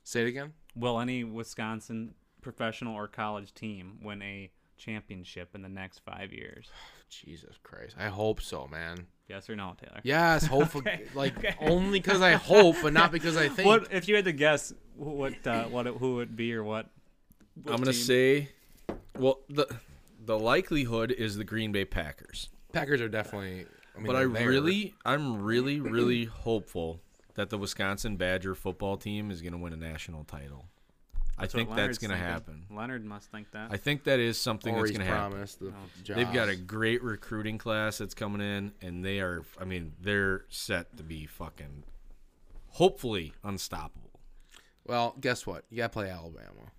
A: Say it again.
C: Will any Wisconsin professional or college team win a championship in the next five years?
A: Jesus Christ. I hope so, man.
C: Yes or no, Taylor?
A: Yes, hopefully.
C: Okay,
A: Like
C: okay.
A: only because I hope, but not because I think.
C: What if you had to guess wh- what uh, what it, who would be or what? what
B: I'm gonna
C: team?
B: say, well, the the likelihood is the Green Bay Packers,
A: Packers are definitely. I mean,
B: but I
A: they're there.
B: really, I'm really, really hopeful that the Wisconsin Badger football team is gonna win a national title. I
C: what
B: think that's
C: Leonard's
B: gonna
C: thinking.
B: happen.
C: Leonard must think that.
B: I think that is something
A: Or
B: that's
A: he's
B: gonna happen.
A: promised the job.
B: They've got a great recruiting class that's coming in, and they are, I mean, they're set to be fucking, hopefully, unstoppable.
A: Well, guess what? You got to play Alabama.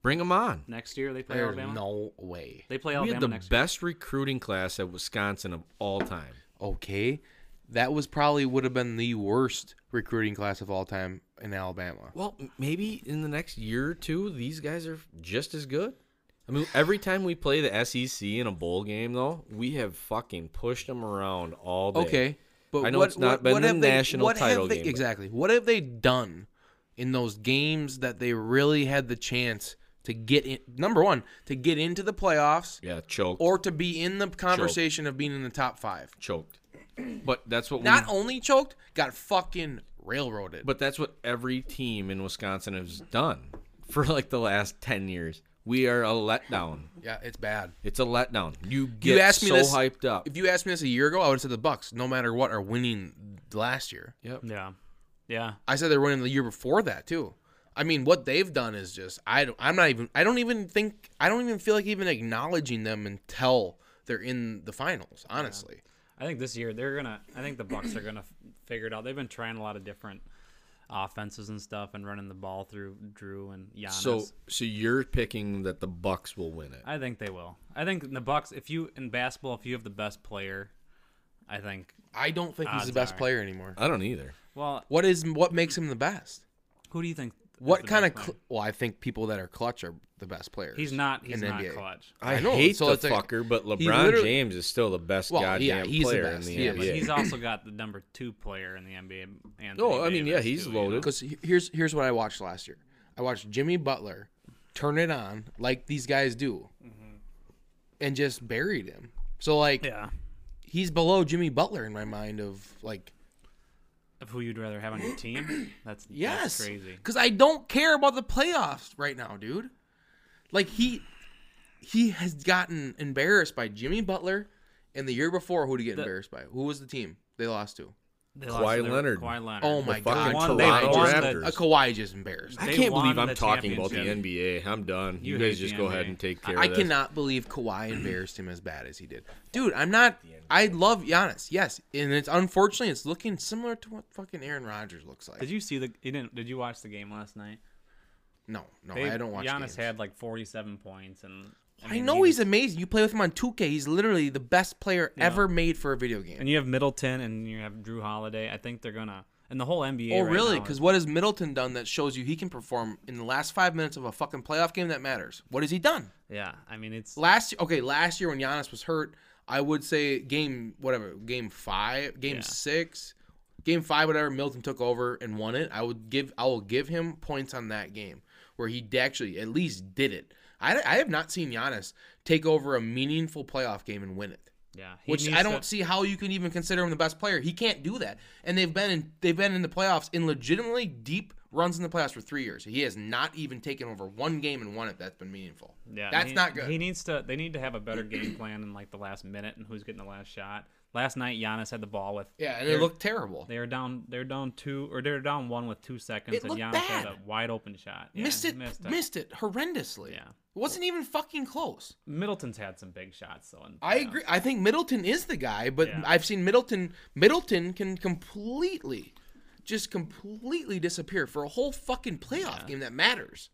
B: Bring them on.
C: next year they play
A: There's
C: Alabama.
A: no way.
C: They play
B: We
C: Alabama
B: had the
C: next.
B: best recruiting class at Wisconsin of all time.
A: Okay, that was probably would have been the worst recruiting class of all time in Alabama.
B: Well, m- maybe in the next year or two, these guys are just as good. I mean, every time we play the SEC in a bowl game, though, we have fucking pushed them around all day.
A: Okay, but
B: I know
A: what,
B: it's not
A: what-
B: been
A: what
B: the
A: have they-
B: national
A: what have
B: title
A: they-
B: game, but-
A: Exactly. What have they done in those games that they really had the chance to get in? Number one, to get into the playoffs
B: Yeah, choked.
A: or to be in the conversation of being in the top five.
B: choked. But that's what we
A: Not only choked, got fucking railroaded.
B: But that's what every team in Wisconsin has done for like the last ten years. We are a letdown.
A: yeah, it's bad.
B: It's a letdown. You get
A: asked me
B: so
A: this-
B: hyped up.
A: If you asked me this a year ago, I would have said the Bucks, no matter what, are winning last year.
B: Yep.
C: Yeah, yeah.
A: I said they're winning the year before that too. I mean, what they've done is just I don't. I'm not even. I don't even think. I don't even feel like even acknowledging them until they're in the finals. Honestly,
C: I think this year they're gonna. I think the Bucks are gonna f- figure it out. They've been trying a lot of different offenses and stuff, and running the ball through Drew and Giannis.
B: So so you're picking that the Bucks will win it.
C: I think they will. I think the Bucks. If you in basketball, if you have the best player, I think.
A: I don't think he's
C: Odds
A: the best
C: are.
A: player anymore.
B: I don't either.
C: Well,
A: What is what makes him the best?
C: who do you think? is
A: What
C: the
A: kind of
C: best
A: cl-
C: player?
A: well? I think people that are clutch are the best players.
C: He's not.
A: in
C: He's
A: the
C: not
A: NBA.
C: clutch.
B: I,
A: I know,
B: hate
A: so
B: the
A: it's like-
B: fucker, but
A: he
B: LeBron
A: literally-
B: James is still the best
A: Well,
B: goddamn
A: yeah, he's the
B: player
A: best.
B: in the
A: He is.
B: NBA.
C: He's also got the number two player in the NBA. Anthony
B: No, I mean,
C: Davis,
B: yeah, he's
C: too,
B: loaded.
A: Because here's here's what I watched last year. I watched Jimmy Butler turn it on like these guys do, and just buried him. So like
C: You know? Yeah.
A: he's below Jimmy Butler in my mind of like
C: Of who you'd rather have on your team? That's
A: Yes.
C: That's crazy.
A: Because I don't care about the playoffs right now, dude. Like he he has gotten embarrassed by Jimmy Butler and the year before who to get embarrassed by. Who was the team they lost to?
C: They lost
B: Kawhi
C: to their-
B: Leonard.
C: Kawhi Leonard.
A: Oh my
B: fucking
A: god.
C: won-
A: Kawhi.
C: they
B: Toronto
C: won the-
B: Raptors.
A: Uh, Kawhi just embarrassed.
B: I
C: They
B: can't
C: won
B: believe I'm
C: the
B: talking about the
C: championship.
B: NBA. I'm done. You,
C: You hate
B: guys just
C: the
B: go ahead
C: NBA.
B: and take care
A: I
B: of this.
A: cannot believe Kawhi embarrassed him as bad as he did. Dude, I'm not I love Giannis, yes. And it's unfortunately it's looking similar to what fucking Aaron Rodgers looks like.
C: Did you see the? You didn't? Did you watch the game last night?
A: no, no,
C: They-
A: Oh, I don't watch
C: Giannis
A: games.
C: had like 47 points, and
A: I
C: mean,
A: know
C: he-
A: he's amazing. You play with him on 2K. He's literally the best player ever made for a video game.
C: And you have Middleton, and you have Drew Holiday. I think they're gonna, and the whole NBA.
A: oh,
C: right
A: really?
C: now
A: Because
C: is-
A: what has Middleton done that shows you he can perform in the last five minutes of a fucking playoff game that matters? What has he done?
C: yeah, I mean it's
A: Last okay, last year when Giannis was hurt, I would say game whatever, game five, game
C: Yeah.
A: six, game five, whatever. Middleton took over and won it. I would give I will give him points on that game where he d- actually at least did it. I, I have not seen Giannis take over a meaningful playoff game and win it.
C: yeah, he
A: which
C: needs
A: I don't
C: to-
A: see how you can even consider him the best player. He can't do that. And they've been in, they've been in the playoffs in legitimately deep runs in the playoffs for three years. He has not even taken over one game and won it. That's been meaningful.
C: yeah,
A: that's
C: he-
A: not good.
C: He needs to. They need to have a better game plan in like the last minute and who's getting the last shot. Last night, Giannis had the ball with.
A: yeah, and it looked terrible.
C: They were down. They were down two, or they were down one with two seconds,
A: It
C: and
A: looked
C: Giannis had a
A: bad.
C: wide open shot. Yeah,
A: missed
C: he
A: it, missed it, horrendously.
C: Yeah.
A: it wasn't even fucking close.
C: Middleton's had some big shots though. in the
A: I
C: playoffs.
A: agree. I think Middleton is the guy, but
C: Yeah.
A: I've seen Middleton. Middleton can completely, just completely disappear for a whole fucking playoff game that matters.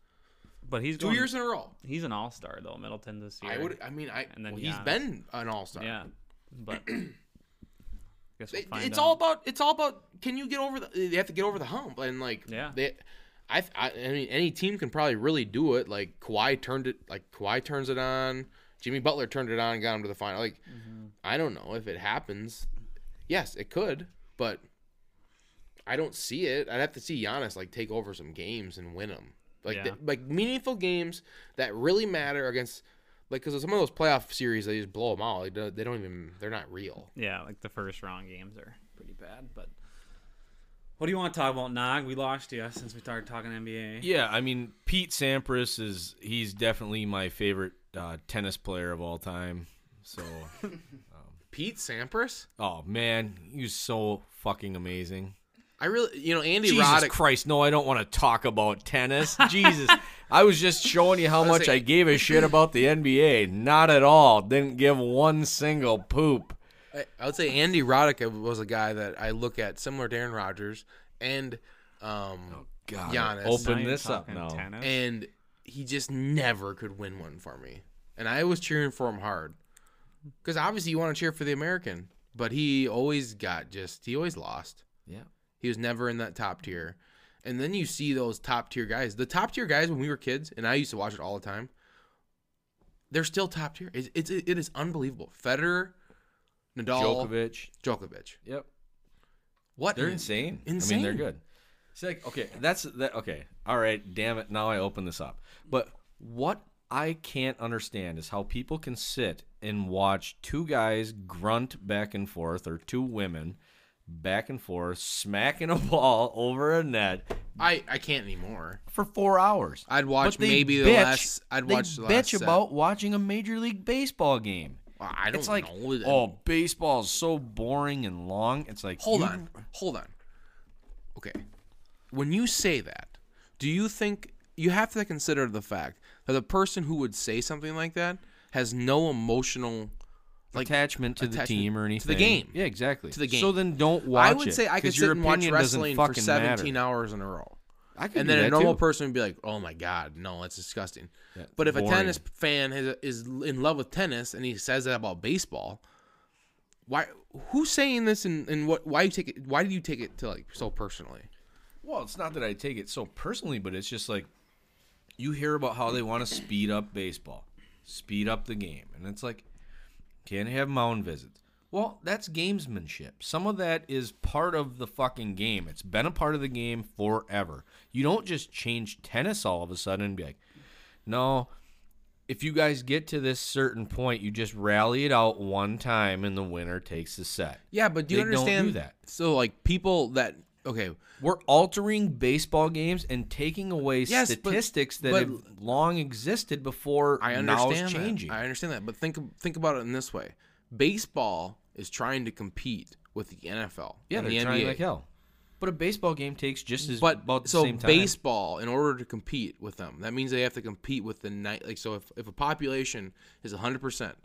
C: But he's
A: Two
C: going,
A: years in a row.
C: He's an all star though, Middleton this year.
A: I would. I mean, I.
C: And then
A: well, he's
C: Giannis.
A: been an all star.
C: Yeah, but I guess we'll
A: It-
C: find
A: it's
C: out.
A: all about. It's all about. Can you get over the? They have to get over the hump and like.
C: Yeah.
A: They, I, th- I I mean any team can probably really do it. Like Kawhi turned it like Kawhi turns it on. Jimmy Butler turned it on and got him to the final. Like
C: Mm-hmm.
A: I don't know if it happens. Yes, it could, but I don't see it. I'd have to see Giannis like take over some games and win them. Like
C: Yeah.
A: th- like meaningful games that really matter against like because some of those playoff series they just blow them out. Like, they they don't even they're not real.
C: Yeah, like the first round games are pretty bad. But what do you want to talk about, Nog? We lost you since we started talking NBA.
B: Yeah, I mean Pete Sampras is he's definitely my favorite uh, tennis player of all time. So,
A: Pete Sampras.
B: oh man, he's so fucking amazing.
A: I really, you know, Andy
B: Jesus
A: Roddick.
B: Christ, no, I don't want to talk about tennis. Jesus, I was just showing you how much
A: saying-
B: I gave a shit about the NBA. Not at all. Didn't give one single poop.
A: I, I would say Andy Roddick was a guy that I look at similar to Aaron Rodgers, and um,
B: God,
A: Giannis.
C: Now
B: open
C: you're
B: this up
C: talking
B: now.
C: tennis?
A: and he just never could win one for me, and I was cheering for him hard because obviously you want to cheer for the American, but he always got just he always lost.
B: Yeah.
A: He was never in that top tier. And then you see those top tier guys. The top tier guys when we were kids, and I used to watch it all the time. They're still top tier. It's, it's it is unbelievable. Federer, Nadal, Djokovic.
B: Djokovic. Yep.
A: What?
B: They're
A: in-
B: insane. I
A: Insane.
B: mean, they're good. It's like, okay, that's that. Okay, all right. Damn it! Now I open this up. But what I can't understand is how people can sit and watch two guys grunt back and forth, or two women back and forth, smacking a ball over a net
A: I I can't anymore.
B: for four hours.
A: I'd watch
B: But they
A: maybe the
B: bitch-
A: last. I'd
B: they
A: watch the last
B: bitch
A: set.
B: about watching a major league baseball game.
A: Well, I don't
B: It's like,
A: know.
B: oh, baseball is so boring and long. It's like,
A: Hold
B: you-
A: on. Hold on. Okay. When you say that, do you think you have to consider the fact that the person who would say something like that has no emotional like
B: attachment to
A: attachment
B: the team or anything.
A: to the game.
B: Yeah, exactly.
A: To the game.
B: So then don't watch
A: I
B: it.
A: would say I could
B: 'cause
A: sit
B: your
A: and watch
B: opinion doesn't
A: wrestling for
B: fucking
A: 17
B: matter.
A: hours in a row.
B: I could
A: And
B: do
A: then a
B: that
A: normal
B: too.
A: person would be like, "Oh my god, no, that's disgusting."
B: Yeah,
A: but if a
B: boring.
A: tennis fan is, is in love with tennis and he says that about baseball, why? Who's saying this and, and what? Why you take it? Why do you take it to like so personally?
B: Well, it's not that I take it so personally, but it's just like you hear about how they want to speed up baseball, speed up the game, and it's like can't have mound visits. Well, that's gamesmanship. Some of that is part of the fucking game. It's been a part of the game forever. You don't just change tennis all of a sudden and be like, no, if you guys get to this certain point, you just rally it out one time and the winner takes the set.
A: Yeah, but do you
B: They don't do
A: understand
B: that.
A: So like people that okay,
B: We're altering baseball games and taking away
A: Yes, but-
B: statistics that
A: but-
B: have long existed before
A: I
B: now
A: understand
B: is
A: that.
B: changing.
A: I understand that, but think think about it in this way: baseball is trying to compete with the NFL.
B: yeah,
A: and
B: they're
A: the
B: trying
A: NBA.
B: like hell. But a baseball game takes just as
A: But
B: about the
A: so
B: same time.
A: baseball, in order to compete with them, that means they have to compete with the night. Like so, if, if a population is hundred percent,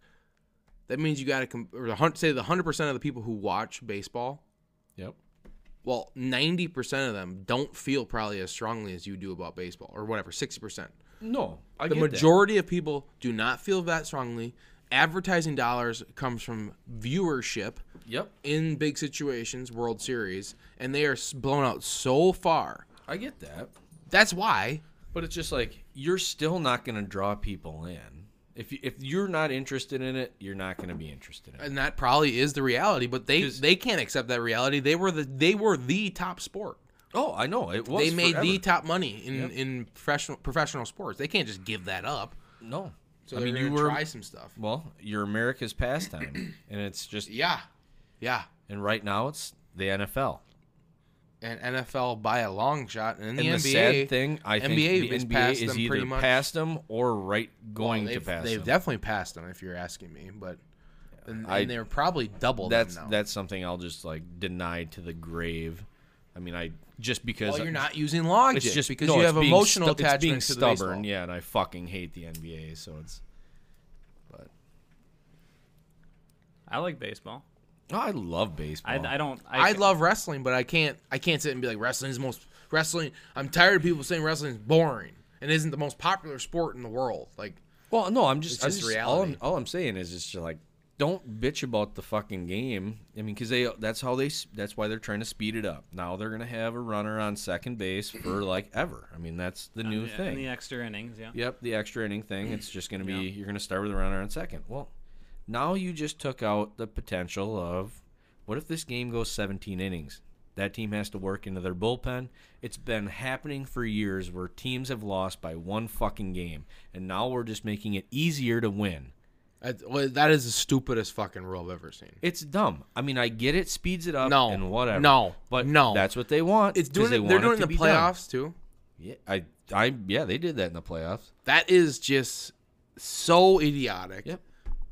A: that means you got to com- or the hun- say the hundred percent of the people who watch baseball.
B: yep.
A: Well, ninety percent of them don't feel probably as strongly as you do about baseball, or whatever. Sixty percent.
B: No, I
A: The
B: get that.
A: majority of people do not feel that strongly. Advertising dollars comes from viewership
B: Yep,
A: in big situations, World Series, and they are s- blown out so far.
B: I get that.
A: That's why
B: But it's just like you're still not going to draw people in. If you, if you're not interested in it, you're not going to be interested in it.
A: and that probably is the reality but they
B: 'Cause-
A: they can't accept that reality they were the they were the top sport
B: Oh, I know it was.
A: they made
B: forever.
A: the top money in in professional professional sports they can't just give that up
B: no.
A: so
B: I
A: they're
B: mean, you
A: gonna
B: were
A: try some stuff
B: well. You're America's pastime, and it's just
A: yeah yeah
B: and right now it's the NFL.
A: and NFL by a long shot and in the
B: and
A: NBA
B: the sad thing, I think
A: NBA
B: the
A: is
B: NBA
A: past
B: is
A: them
B: either
A: pretty much.
B: past them or right going to
A: they've,
B: pass
A: they've
B: them.
A: definitely passed them if you're asking me but and,
B: I-
A: and they're probably double
B: that's
A: them now.
B: that's something I'll just like deny to the grave. I mean, I just because
A: well, you're not using logic
B: It's just
A: because
B: no,
A: you
B: it's
A: have
B: being
A: emotional
B: stu-
A: attachment
B: It's being
A: to the
B: stubborn,
A: baseball.
B: yeah, and I fucking hate the NBA, so it's. But
C: I like baseball.
B: no, oh, I love baseball.
C: I, I don't.
A: I
C: I,
A: love wrestling, but I can't. I can't sit and be like wrestling is the most wrestling. I'm tired of people saying wrestling is boring and isn't the most popular sport in the world. Like
B: well, no, I'm just,
A: It's
B: I'm
A: just
B: just all I'm,
A: reality.
B: all I'm saying is it's just like don't bitch about the fucking game. I mean, because they that's how they s- that's why they're trying to speed it up. Now they're gonna have a runner on second base for like ever. I mean, that's the new
C: Yeah,
B: thing.
C: In the extra innings, yeah.
B: Yep, the extra inning thing. It's just going to be
C: Yeah.
B: you're going to start with a runner on second. Well, now you just took out the potential of what if this game goes 17 innings? That team has to work into their bullpen. It's been happening for years where teams have lost by one fucking game, and now we're just making it easier to win.
A: That- well, that is the stupidest fucking rule I've ever seen.
B: It's dumb. I mean, I get it, speeds it up,
A: No,
B: and whatever.
A: no,
B: but
A: no.
B: that's what they want.
A: It's
B: 'cause
A: doing.
B: They
A: It,
B: want
A: they're
B: it
A: doing it
B: to
A: in the
B: be done.
A: playoffs too.
B: Yeah, I, I, yeah, they did that in the playoffs.
A: That is just so idiotic.
B: Yep.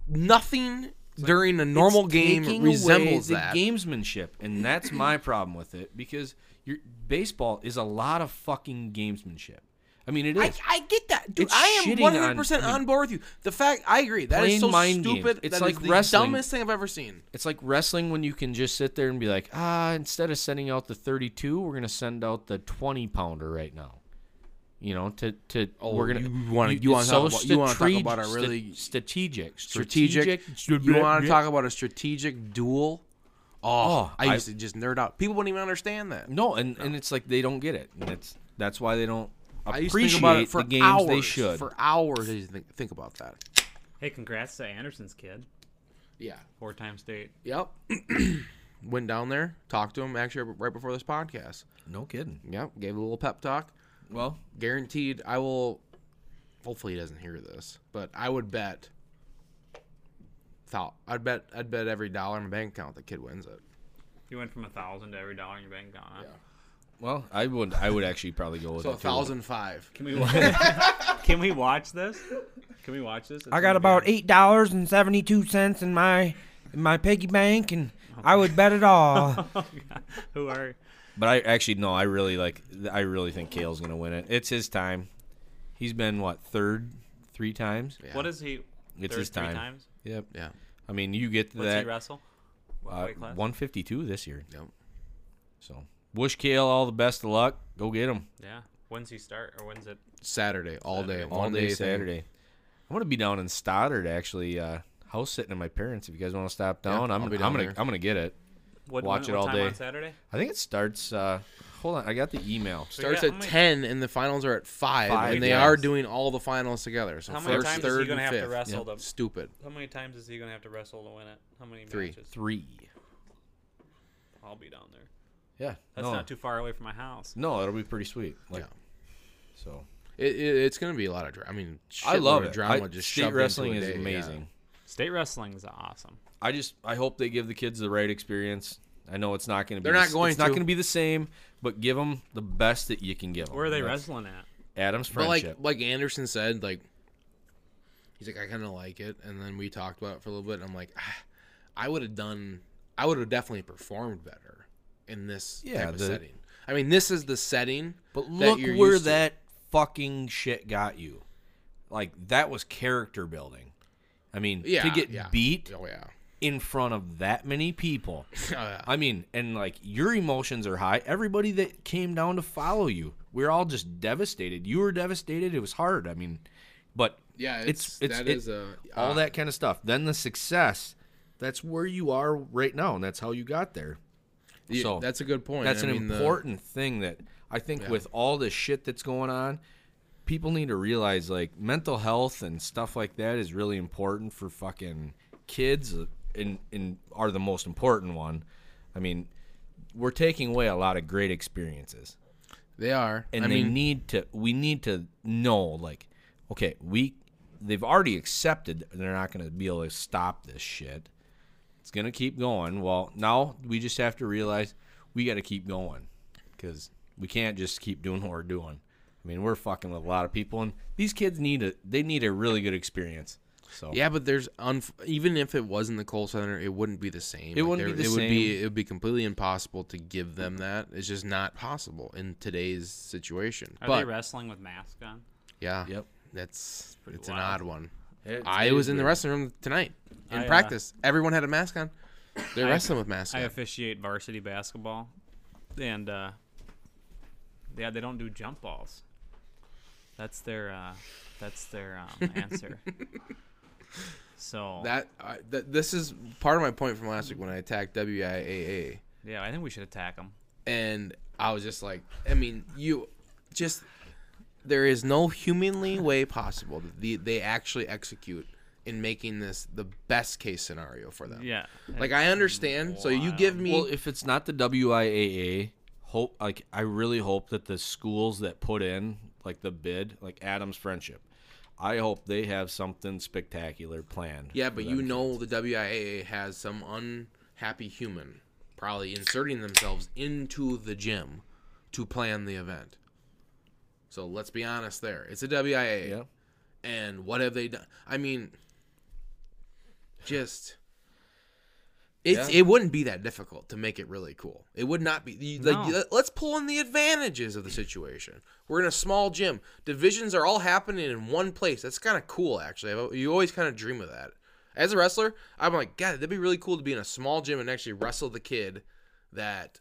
A: Nothing during a normal
B: It's taking
A: game
B: away
A: resembles
B: the
A: that.
B: gamesmanship, and that's my problem with it because your baseball is a lot of fucking gamesmanship. I mean, it is.
A: I, I get that, dude.
B: It's
A: I am
B: shitting
A: one
B: on-
A: hundred percent
B: I mean-
A: on board with you. The fact I agree that is
B: Plain
A: so
B: mind games.
A: stupid.
B: It's
A: That is
B: like
A: the
B: wrestling.
A: dumbest thing I've ever seen.
B: it's like wrestling when you can just sit there and be like, ah, instead of sending out the 32, we're gonna send out the 20 pounder right now. You know, to to
A: Oh,
B: we're gonna
A: you wanna-
B: you-
A: you wanna
B: it's
A: talk
B: so
A: about- you wanna talk
B: strate-
A: about a
B: sta-
A: really-
B: strategic
A: strategic. You want to talk about a strategic duel? Oh,
B: Oh,
A: I
B: I-
A: used to just nerd out. People wouldn't even understand that.
B: No, and and it's like they don't get it, and it's that's why they don't
A: I
B: appreciate
A: used to think about it for
B: the games
A: hours.
B: they should.
A: For hours, I used to think, think about that.
C: Hey, congrats to Anderson's kid.
A: Yeah.
C: Four time state.
A: Yep. Went down there, talked to him actually right before this podcast.
B: no kidding.
A: Yep. Gave a little pep talk.
B: Well,
A: Guaranteed, I will. Hopefully, he doesn't hear this, but I would bet. Thou, I'd bet. I'd bet every dollar in my bank account the kid wins it.
C: You went from a thousand to every dollar in your bank account. huh?
A: Yeah.
B: Well, I would I would actually probably go with
A: So
B: it
A: a
B: too.
A: thousand five.
C: Can we watch? Can we watch this? Can we watch this? It's
D: I got
C: gonna be
D: about
C: good.
D: eight dollars and seventy two cents in my in my piggy bank, and I would bet it all.
C: Oh, Who are?
B: But I actually no, I really like I really think Kale's gonna win it. It's his time. He's been what third three times.
A: Yeah.
C: What is he?
B: It's
C: third
B: his
C: three
B: time.
C: times.
B: Yep.
A: Yeah.
B: I mean, you get to
C: What's he
B: that
C: wrestle?
B: uh,
C: weight class?
B: 152 this year.
A: Yep.
B: So wish Kale all the best of luck. Go get him
C: Yeah. When's he start or when's it?
A: Saturday, all day,
B: all
A: long
B: day
A: thing.
B: Saturday. I'm gonna be down in Stoddard actually. Uh, house sitting at my parents. If you guys want to stop down, I'm,
A: I'll be
B: I'm
A: down
B: gonna
A: there.
B: I'm gonna get it.
C: What,
B: Watch
C: what,
B: it
C: what
B: all
C: time
B: day.
C: on Saturday.
B: I think it starts. Uh, hold on, I got the email.
C: So you
A: Starts
C: got-
A: at
C: how many-
A: ten, and the finals are at five,
B: Five,
A: and they
B: yes.
A: are doing all the finals together. So
C: How many
A: first,
C: times is
A: third,
C: he
A: and
C: gonna have
A: fifth.
C: to wrestle them?
A: Stupid.
C: How many times is he gonna have to wrestle to win it? How many
A: Three.
C: matches?
B: Three.
C: I'll be down there.
B: Yeah.
C: That's
B: no.
C: not too far away from my house.
B: No, it'll be pretty sweet. Like,
A: Yeah.
B: So
A: It, it, it's gonna be a lot of drama. I mean,
B: I
A: shitload
B: love
A: of
B: it.
A: Drama
B: I,
A: just
B: state
A: shoved
B: wrestling
A: into
B: is
A: a day, yeah.
B: amazing.
C: State wrestling is awesome.
B: I just I hope they give the kids the right experience. I know it's not going to be
A: They're
B: the
A: not
B: s-
A: going
B: it's not
A: to.
B: going to be the same, but give them the best that you can give them.
C: Where are they
B: That's
C: wrestling at?
B: Adam's
A: But like,
B: friendship.
A: like Anderson said, like he's like, I kind of like it, and then we talked about it for a little bit, and I'm like, "Ah, I would have done, I would have definitely performed better in this
B: Yeah,
A: type of
B: the-
A: setting. I mean, this is the setting,
B: but
A: that
B: look
A: you're
B: where
A: used to.
B: that fucking shit got you. Like that was character building. I mean,
A: yeah,
B: to get
A: yeah.
B: beat
A: Oh yeah,
B: in front of that many people.
A: oh, yeah.
B: I mean, and like your emotions are high. Everybody that came down to follow you, we're all just devastated. You were devastated. It was hard. I mean, but
A: Yeah,
B: it's
A: it's-
B: it's,
A: that
B: it-
A: is a-
B: all
A: uh,
B: that kind of stuff. Then the success. That's where you are right now, and that's how you got there.
A: Yeah,
B: so
A: that's a good point.
B: That's
A: I
B: an
A: mean, the-
B: important thing that I think with all the shit that's going on, people need to realize like mental health and stuff like that is really important for fucking kids uh, and and are the most important one. I mean, we're taking away a lot of great experiences.
A: They are,
B: And
A: I
B: they
A: mean,
B: need to we need to know like okay, we they've already accepted that they're not going to be able to stop this shit. It's going to keep going. Well, now we just have to realize we got to keep going cuz we can't just keep doing what we're doing. I mean, we're fucking with a lot of people and these kids need a they need a really good experience. So
A: yeah, but there's unf- even if it was in the Cole Center, it wouldn't be the same.
B: It wouldn't be
A: there-
B: the
A: it Would
B: same.
A: be, it would be completely impossible to give them that. It's just not possible in today's situation.
C: Are
A: but
C: they wrestling with masks on?
A: Yeah.
B: Yep.
A: That's
C: pretty
A: it's an
C: wild.
A: odd one.
B: It's-
A: I
B: it
A: was
B: is
A: in the
B: weird.
A: wrestling room tonight in
C: I, uh,
A: practice. Everyone had a mask on. They're wrestling with masks
C: I
A: on.
C: officiate varsity basketball, and uh, yeah, they don't do jump balls. That's their uh, that's their um, answer. So
A: That I th- this is part of my point from last week when I attacked WIAA,
C: yeah, I think we should attack him.
A: and I was just like, I mean, you just there is no humanly way possible that the, they actually execute in making this the best case scenario for them.
C: Yeah,
A: Like I understand, so you give me
B: Well, if it's not the WIAA, hope like I really hope that the schools that put in like the bid, like Adams Friendship, I hope they have something spectacular planned.
A: Yeah,
B: for
A: but
B: them.
A: you know the WIAA has some unhappy human probably inserting themselves into the gym to plan the event. So let's be honest there. It's a WIAA.
B: Yeah.
A: And what have they done? I mean, just. It's,
B: Yeah.
A: It wouldn't be that difficult to make it really cool. It would not be you- like
C: No.
A: let- let's pull in the advantages of the situation. We're in a small gym. Divisions are all happening in one place. That's kind of cool, actually. I've- You always kind of dream of that. As a wrestler, I'm like, God, that'd be really cool to be in a small gym and actually wrestle the kid that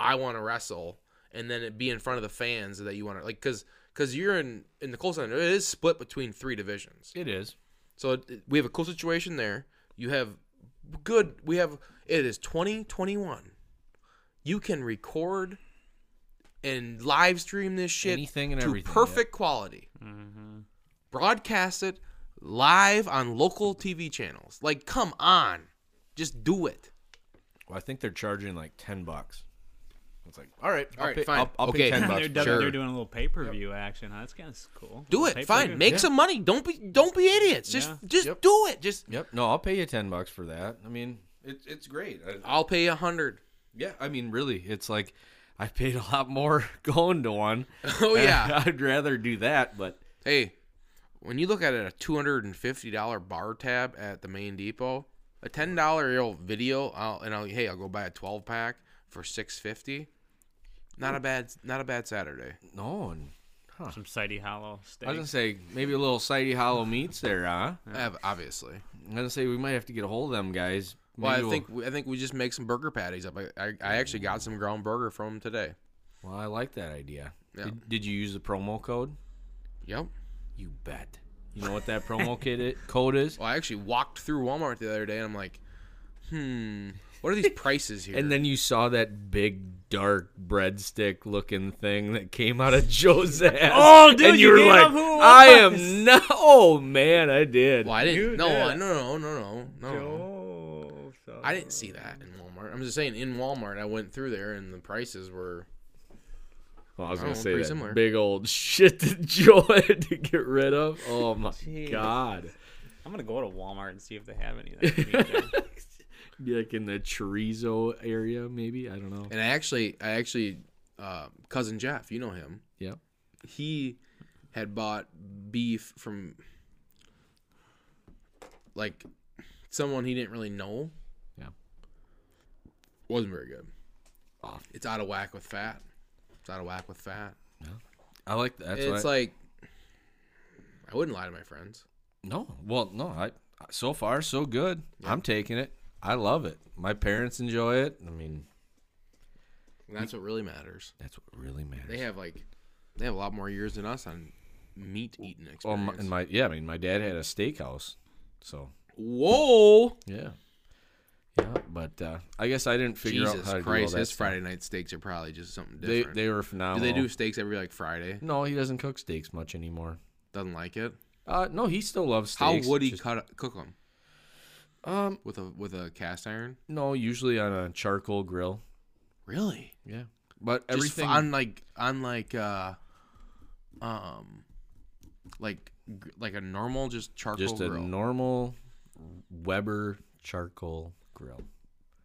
A: I want to wrestle, and then it be in front of the fans that you want to like, because because you're in in the Cole Center, it is split between three divisions.
B: it is.
A: So it- it- we have a cool situation there. You have good. We have it is 2021. You can record and live stream this shit
B: Anything and
A: to
B: everything, yeah. Mm-hmm.
A: perfect quality. Broadcast it live on local TV channels. Like, come on, just do it.
B: Well, I think they're charging like ten bucks. It's like, all right,
A: All
B: I'll
A: right,
B: pay,
A: fine.
B: I'll, I'll
A: Okay.
B: pay ten
C: they're,
B: bucks.
A: They're-
B: for it.
A: Sure.
C: they're doing a little pay per view action. Huh? That's kind of cool.
A: Do
C: Pay-per-view.
A: it. Fine. Make
B: Yeah.
A: some money. Don't be. Don't be idiots. Just.
C: Yeah.
A: Just
B: Yep.
A: do it. Just.
B: Yep. No, I'll pay you ten bucks for that. I mean, it, it's great. I,
A: I'll pay a hundred.
B: Yeah, I mean, really, it's like I paid a lot more going to one.
A: Oh
B: And
A: yeah.
B: I'd rather do that, but
A: hey, when you look at it, a two hundred and fifty dollar bar tab at the main depot, a ten dollar old video, I'll, and I'll hey, I'll go buy a twelve pack for six fifty. Not a bad. Not a bad Saturday.
B: no. And, huh.
C: Some Sighty Hollow
B: I was gonna
C: steaks.
B: say maybe a little Sighty Hollow meats there, huh?
A: Ob- Obviously.
B: I'm gonna say we might have to get a hold of them guys.
A: Well,
B: Maybe
A: I
B: we'll-
A: think we, I think we just make some burger patties up. I, I, I actually got some ground burger from 'em today.
B: Well, I like that idea.
A: Yeah.
B: Did, did you use the promo code?
A: Yep.
B: You bet. You know what that promo kid i- code is?
A: Well, I actually walked through Walmart the other day, and I'm like, hmm, what are these prices here?
B: And then you saw that big dark breadstick looking thing that came out of Joe's ass.
C: Oh, dude,
B: and
C: you
B: were
C: gave
B: like,
C: up who it
B: I
C: was."
B: am no. Oh man, I did.
A: well, I didn't.
C: You
A: No,
C: did.
A: I, no, no, no, no, no.
C: Oh,
A: I didn't see that in Walmart. I'm just saying in Walmart, I went through there and the prices were.
B: Well, I was
A: Oh,
B: gonna say
A: pretty
B: that
A: similar.
B: big old shit that Joe had to get rid of. Oh my god!
C: I'm gonna go to Walmart and see if they have any. That I need there.
B: Be like in the chorizo area, maybe. I don't know.
A: And I actually, I actually, uh, cousin Jeff, you know him.
B: Yeah.
A: He had bought beef from like someone he didn't really know.
B: Yeah.
A: Wasn't very good.
B: Oh.
A: It's out of whack with fat. It's out of whack with fat.
B: I like that.
A: it's like I wouldn't lie to my friends.
B: no. Well, no. I so far so good. I'm taking it. I love it. My parents enjoy it. I mean,
A: And that's what really matters.
B: that's what really matters.
A: They have like they have a lot more years than us on meat eating experience.
B: Well, my, and my yeah. I mean, my dad had a steakhouse, so
A: Whoa!
B: yeah, yeah. But uh, I guess I didn't figure out
A: Jesus
B: how to do all
A: Christ,
B: that
A: his
B: stuff.
A: Friday night steaks are probably just something
B: They Oh.
A: different.
B: they
A: do
B: were phenomenal.
A: they do steaks every like Friday?
B: No, he doesn't cook steaks much anymore.
A: Doesn't like it.
B: Uh, no, he still loves
A: How
B: steaks.
A: would he
B: just-
A: cut, cook them?
B: um,
A: With a with a cast iron?
B: no, usually on a charcoal grill.
A: Really?
B: Yeah, but
A: Everything
B: everything.
A: just on like on like uh um like g- like a normal just charcoal
B: just a
A: grill.
B: normal Weber charcoal grill.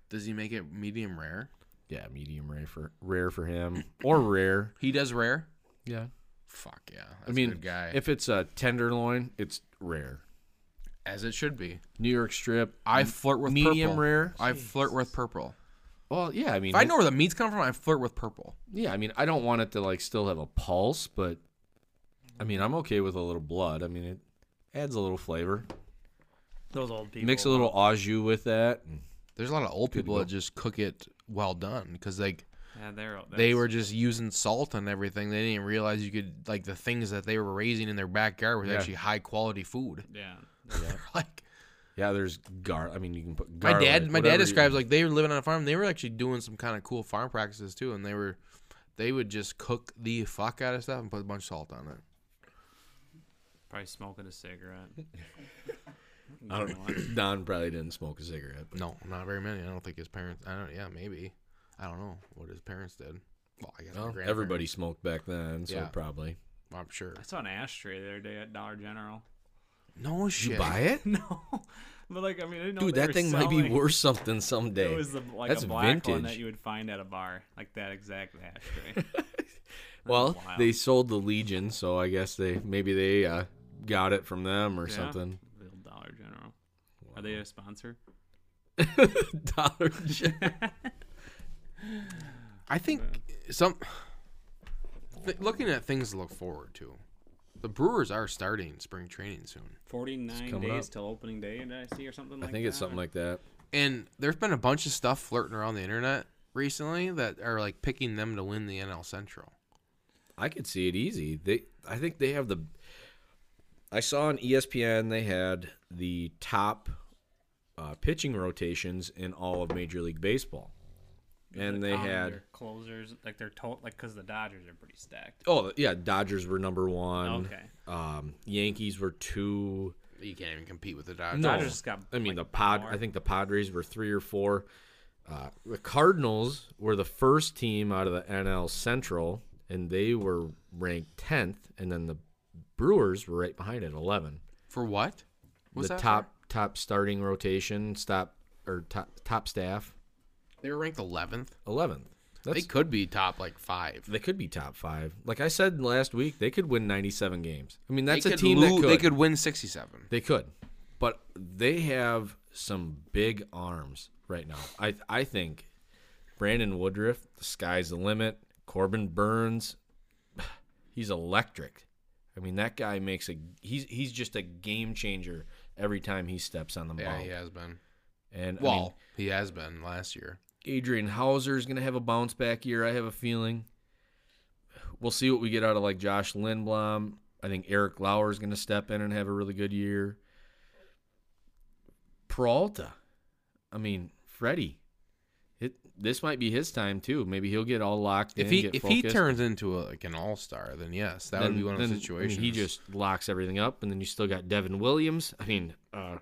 A: Does he make it medium rare?
B: Yeah, medium rare for rare for him or rare.
A: He does rare.
B: Yeah,
A: Fuck yeah! That's
B: I mean,
A: a good guy.
B: if it's a tenderloin, it's rare.
A: as it should be.
B: New York strip.
A: I flirt with
B: medium
A: purple.
B: rare.
A: I flirt with purple.
B: Well, yeah, I mean,
A: If I know where the meats come from, I flirt with purple.
B: yeah, I mean, I don't want it to like still have a pulse, but I mean, I'm okay with a little blood. I mean, it adds a little flavor.
C: Those old people.
B: Mix a little au jus with that. and-
A: There's a lot of old people that just cook it well done because like
C: Yeah, they're old.
A: they were just using salt and everything. They didn't realize you could like the things that they were raising in their backyard was
B: Yeah.
A: actually high quality food.
C: Yeah.
A: like
B: Yeah, there's gar. I mean, you can put
A: my
B: garlic,
A: dad, my
B: whatever
A: dad
B: you-
A: describes like they were living on a farm. They were actually doing some kind of cool farm practices too, and they were they would just cook the fuck out of stuff and put a bunch of salt on it.
C: Probably smoking a cigarette.
B: I don't. Don probably didn't smoke a cigarette. But
A: No, not very many. I don't think his parents. I don't. Yeah, maybe. I don't know what his parents did. Well, I guess my
B: well,
A: grandparents,
B: everybody smoked back then, so
A: Yeah.
B: probably.
A: I'm sure.
C: I saw an ashtray the other day at Dollar General.
A: No shit.
B: it,
C: No, but like I mean, I didn't know
B: dude?
C: they
B: That
C: were
B: thing might be
C: selling-
B: worth something someday.
C: It was the, like
B: That's
C: a black one that
B: vintage.
C: you would find at a bar, like that exact ashtray.
B: well,
C: wild.
B: they sold the Legion, so I guess they maybe they uh, got it from them or
C: Yeah.
B: something.
C: Little Dollar General. Are they a sponsor?
B: Dollar General.
A: I think some th- looking at things to look forward to. The Brewers are starting spring training soon,
C: Forty nine
B: coming
C: days
B: up.
C: till opening day, did I see or something
B: I
C: like that?
B: think it's something like that.
A: and there's been a bunch of stuff floating around the internet recently that are like picking them to win the NL Central.
B: I could see it easy. They, I think they have the. I saw on E ESPN they had the top uh, pitching rotations in all of Major League Baseball, and they
C: Um,
B: had
C: their closers, like they're told, like because the Dodgers are pretty stacked.
B: oh yeah, Dodgers were number one.
C: Okay.
B: Um, Yankees were two.
A: You can't even compete with the Dodgers.
B: No,
C: Dodgers just got,
B: I mean the
C: like,
B: pod.
C: more.
B: I think the Padres were three or four. Uh, the Cardinals were the first team out of the NL Central, and they were ranked tenth. And then the Brewers were right behind at eleven.
A: For what? What's
B: the
A: that
B: top top starting rotation, stop or top top staff,
A: for? They were ranked 11th.
B: eleventh.
A: They
B: They,
A: could be top like five.
B: they could be top five. Like I said last week, they could win ninety seven games. I mean, that's
A: they
B: a
A: could
B: team
A: lo-
B: that could.
A: They could win 67.
B: They could, but they have some big arms right now. I I think Brandon Woodruff, the sky's the limit. Corbin Burns, he's electric. I mean, that guy makes a he's he's just a game changer every time he steps on the
A: Yeah,
B: mound.
A: he has been.
B: And I
A: Well,
B: mean,
A: he has been last year.
B: Adrian Hauser is going to have a bounce back year. I have a feeling. We'll see what we get out of like Josh Lindblom. I think Eric Lauer is going to step in and have a really good year. Peralta, I mean Freddie, it, this might be his time too. Maybe he'll get all locked
A: If
B: in.
A: he
B: get
A: if he
B: focused.
A: turns into a, like an all star, then yes, that would
B: Then-
A: be one of the
B: then,
A: situations.
B: I mean, he just locks everything up, and then you still got Devin Williams. I mean, uh,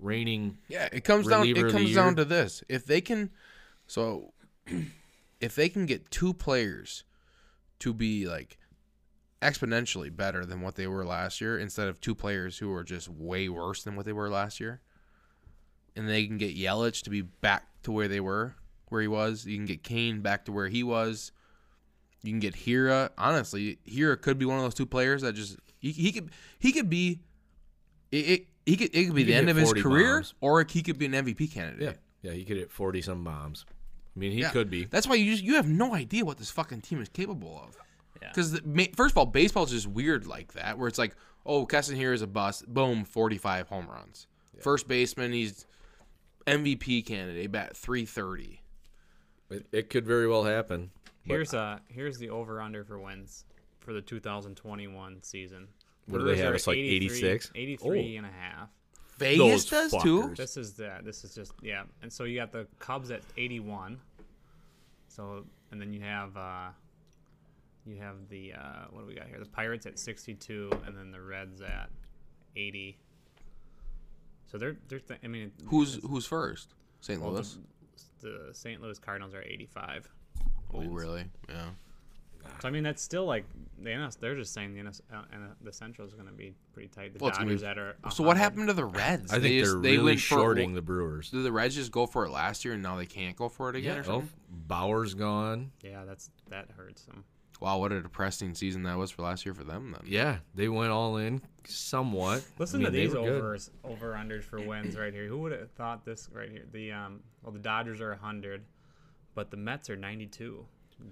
B: reigning.
A: yeah. It comes down
B: reliever
A: it
B: of the
A: comes down
B: year.
A: to this. If they can, so if they can get two players to be like exponentially better than what they were last year, instead of two players who are just way worse than what they were last year, and they can get Yelich to be back to where they were, where he was. You can get Kane back to where he was. You can get Hira. Honestly, Hira could be one of those two players that just he, he could he could be it. it he could, it could be the
B: He could
A: end
B: hit
A: of his
B: 40
A: career,
B: bombs.
A: or he could be an MVP candidate.
B: Yeah, yeah, he could hit forty some bombs. I mean, he
A: Yeah.
B: could be.
A: That's why you just you have no idea what this fucking team is capable of.
C: Yeah.
A: Because first of all, baseball's just weird like that, where it's like, oh, Kesson here is a bust. Boom, forty-five home runs. First baseman, he's MVP candidate, bat three thirty.
B: It, it could very well happen.
C: Here's uh here's the over under for wins for the 2021 season.
B: What do they
C: Brewers
B: have?
C: are
B: It's like 86?
C: 83 and a half.
A: Vegas
B: Those
A: does too.
B: fuckers.
C: This is the this is just yeah. And so you got the Cubs at 81. So and then you have uh you have the uh what do we got here? The Pirates at 62 and then the Reds at 80. So they're they're th- I mean
A: Who's who's first? St.
C: well,
A: Louis.
C: the, the St. Louis Cardinals are 85.
A: Oh, really? Yeah.
C: So I mean, that's still like the NS. They're just saying the NS uh, and uh, the Central is going to be pretty tight. The
A: Well, it's gonna
C: Dodgers
A: be-
C: that are
A: So what
C: 100.
A: happened to the Reds?
B: Uh-huh. I think they
A: just-
B: are really
A: went for-
B: shorting the Brewers.
A: Did the Reds just go for it last year and now they can't go for it again or
B: Oh,
A: something?
B: Bauer's gone.
C: Yeah, that's that hurts them.
A: Wow, what a depressing season that was for last year for them then.
B: Yeah, they went all in somewhat.
C: Listen
B: I mean,
C: to
B: they
C: these
B: were good.
C: overs, over unders for wins right here. Who would have thought this right here? The um, well, the Dodgers are 100, but the Mets are 92.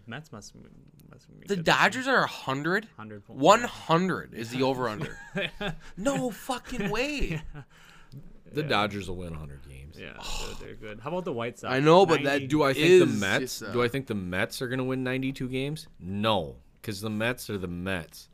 C: Mets must be- must be
A: The
C: good.
A: Dodgers are 100?
C: 100 points.
A: 100 is the over under. no fucking way.
B: The Dodgers will win 100 games.
C: Yeah, they're, they're good. How about the White Sox?
A: I know, but that
C: 90
B: Do I think the
A: Is
B: Mets?
A: just, uh,
B: do I think the Mets are going to win 92 games? No, because the Mets are the Mets.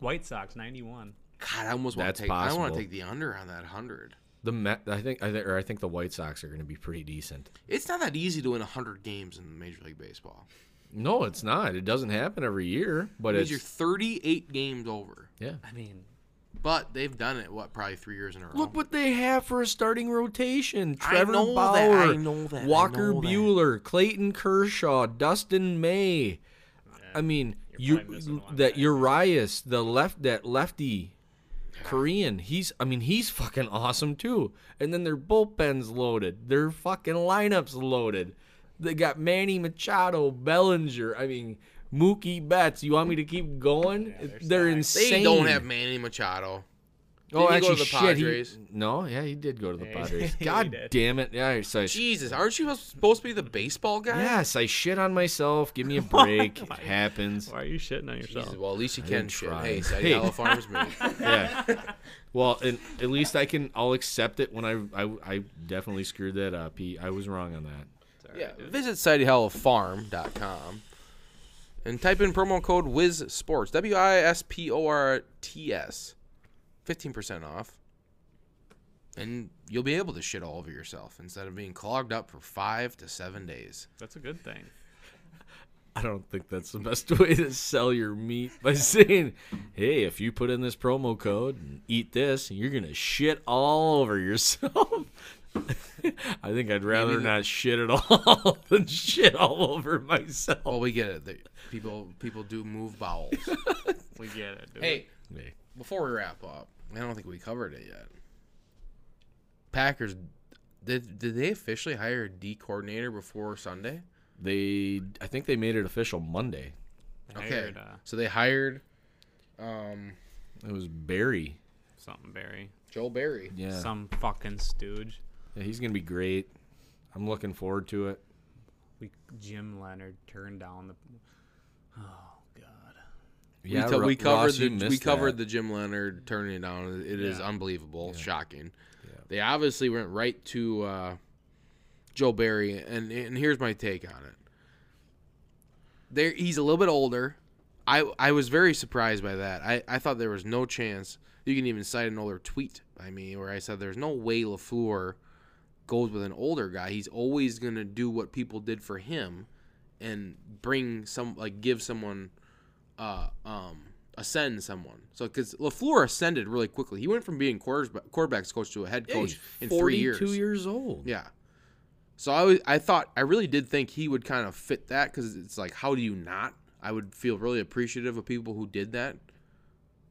C: White Sox 91.
A: God, I almost want
B: That's
A: to take. I want
B: possible.
A: to take the under on that hundred.
B: The Met, I think, I think, or I think the White Sox are going to be pretty decent.
A: It's not that easy to win hundred games in Major League Baseball.
B: No, it's not. It doesn't happen every year, but
A: It means
B: it's
A: you're 38 games over,
B: yeah.
C: I mean,
A: but they've done it what probably three years in a row.
B: Look what they have for a starting rotation:
A: I
B: Trevor
A: know that, I
B: Bauer,
A: know that, I
B: Walker
A: know that.
B: Bueller, Clayton Kershaw, Dustin May. I mean,
C: you're
B: you
C: probably missing a lot of
B: that
C: guys.
B: Urias, the left that lefty Korean. He's I mean he's fucking awesome too. And then their bullpen's loaded. Their fucking lineups loaded. They got Manny Machado, Bellinger. I mean Mookie Betts. You want me to keep going? they're
A: they
B: insane.
A: don't have Manny Machado.
B: Oh,
A: Did he go to
B: actually,
A: the
B: shit.
A: Padres?
B: He, no, yeah, he did go to the
C: Yeah, he-
B: Padres.
C: he
B: God
C: did.
B: damn it! Yeah, so I,
A: Jesus, aren't you supposed to be the baseball guy?
B: yes, I shit on myself. Give me a break. it happens.
C: why are you shitting on yourself?
A: Jesus, well, at least you can
B: didn't
A: shit.
B: try.
A: Hey, Sadie
B: Hey.
A: Hollow Farms move.
B: yeah. Well, and at least I can. I'll accept it when I. I, I definitely screwed that up. He, I was wrong on that.
A: Yeah, visit SadieHollowFarm.com and type in promo code Wiz Sports W I S P O R T S, fifteen percent off, and you'll be able to shit all over yourself instead of being clogged up for five to seven days.
C: That's a good thing.
B: I don't think that's the best way to sell your meat by saying, "Hey, if you put in this promo code and eat this, you're gonna shit all over yourself." I think I'd rather
A: Maybe the-
B: not shit at all than shit all over myself.
A: Well, we get it. They- People, people do move bowels.
C: We get it. Dude.
A: hey,
B: Hey,
A: before we wrap up, I don't think we covered it yet. Packers, did did they officially hire a D coordinator before Sunday?
B: They, I think they made it official Monday.
C: I
A: Okay,
C: hired, uh,
A: so they hired. Um,
B: It was Barry.
C: something Barry,
A: Joel Berry.
B: Yeah.
C: some fucking stooge.
B: Yeah, he's gonna be great. I'm looking forward to it.
C: We Jim Leonard turned down the. Oh God.
A: we, co- we covered the we covered the Jim Leonard turning it down. It is
C: Yeah.
A: unbelievable, shocking. They obviously went right to uh, Joe Barry, and and here's my take on it. There, he's a little bit older. I I was very surprised by that. I I thought there was no chance. You can even cite an older tweet by me where I said there's no way Lafleur goes with an older guy. He's always gonna do what people did for him, and bring some like give someone uh, um, ascend someone. So because Lafleur ascended really quickly, he went from being quarterback, quarterbacks coach to a head coach in three years.
B: Two years old.
A: Yeah. So I was, I thought I really did think he would kind of fit that because it's like how do you not? I would feel really appreciative of people who did that,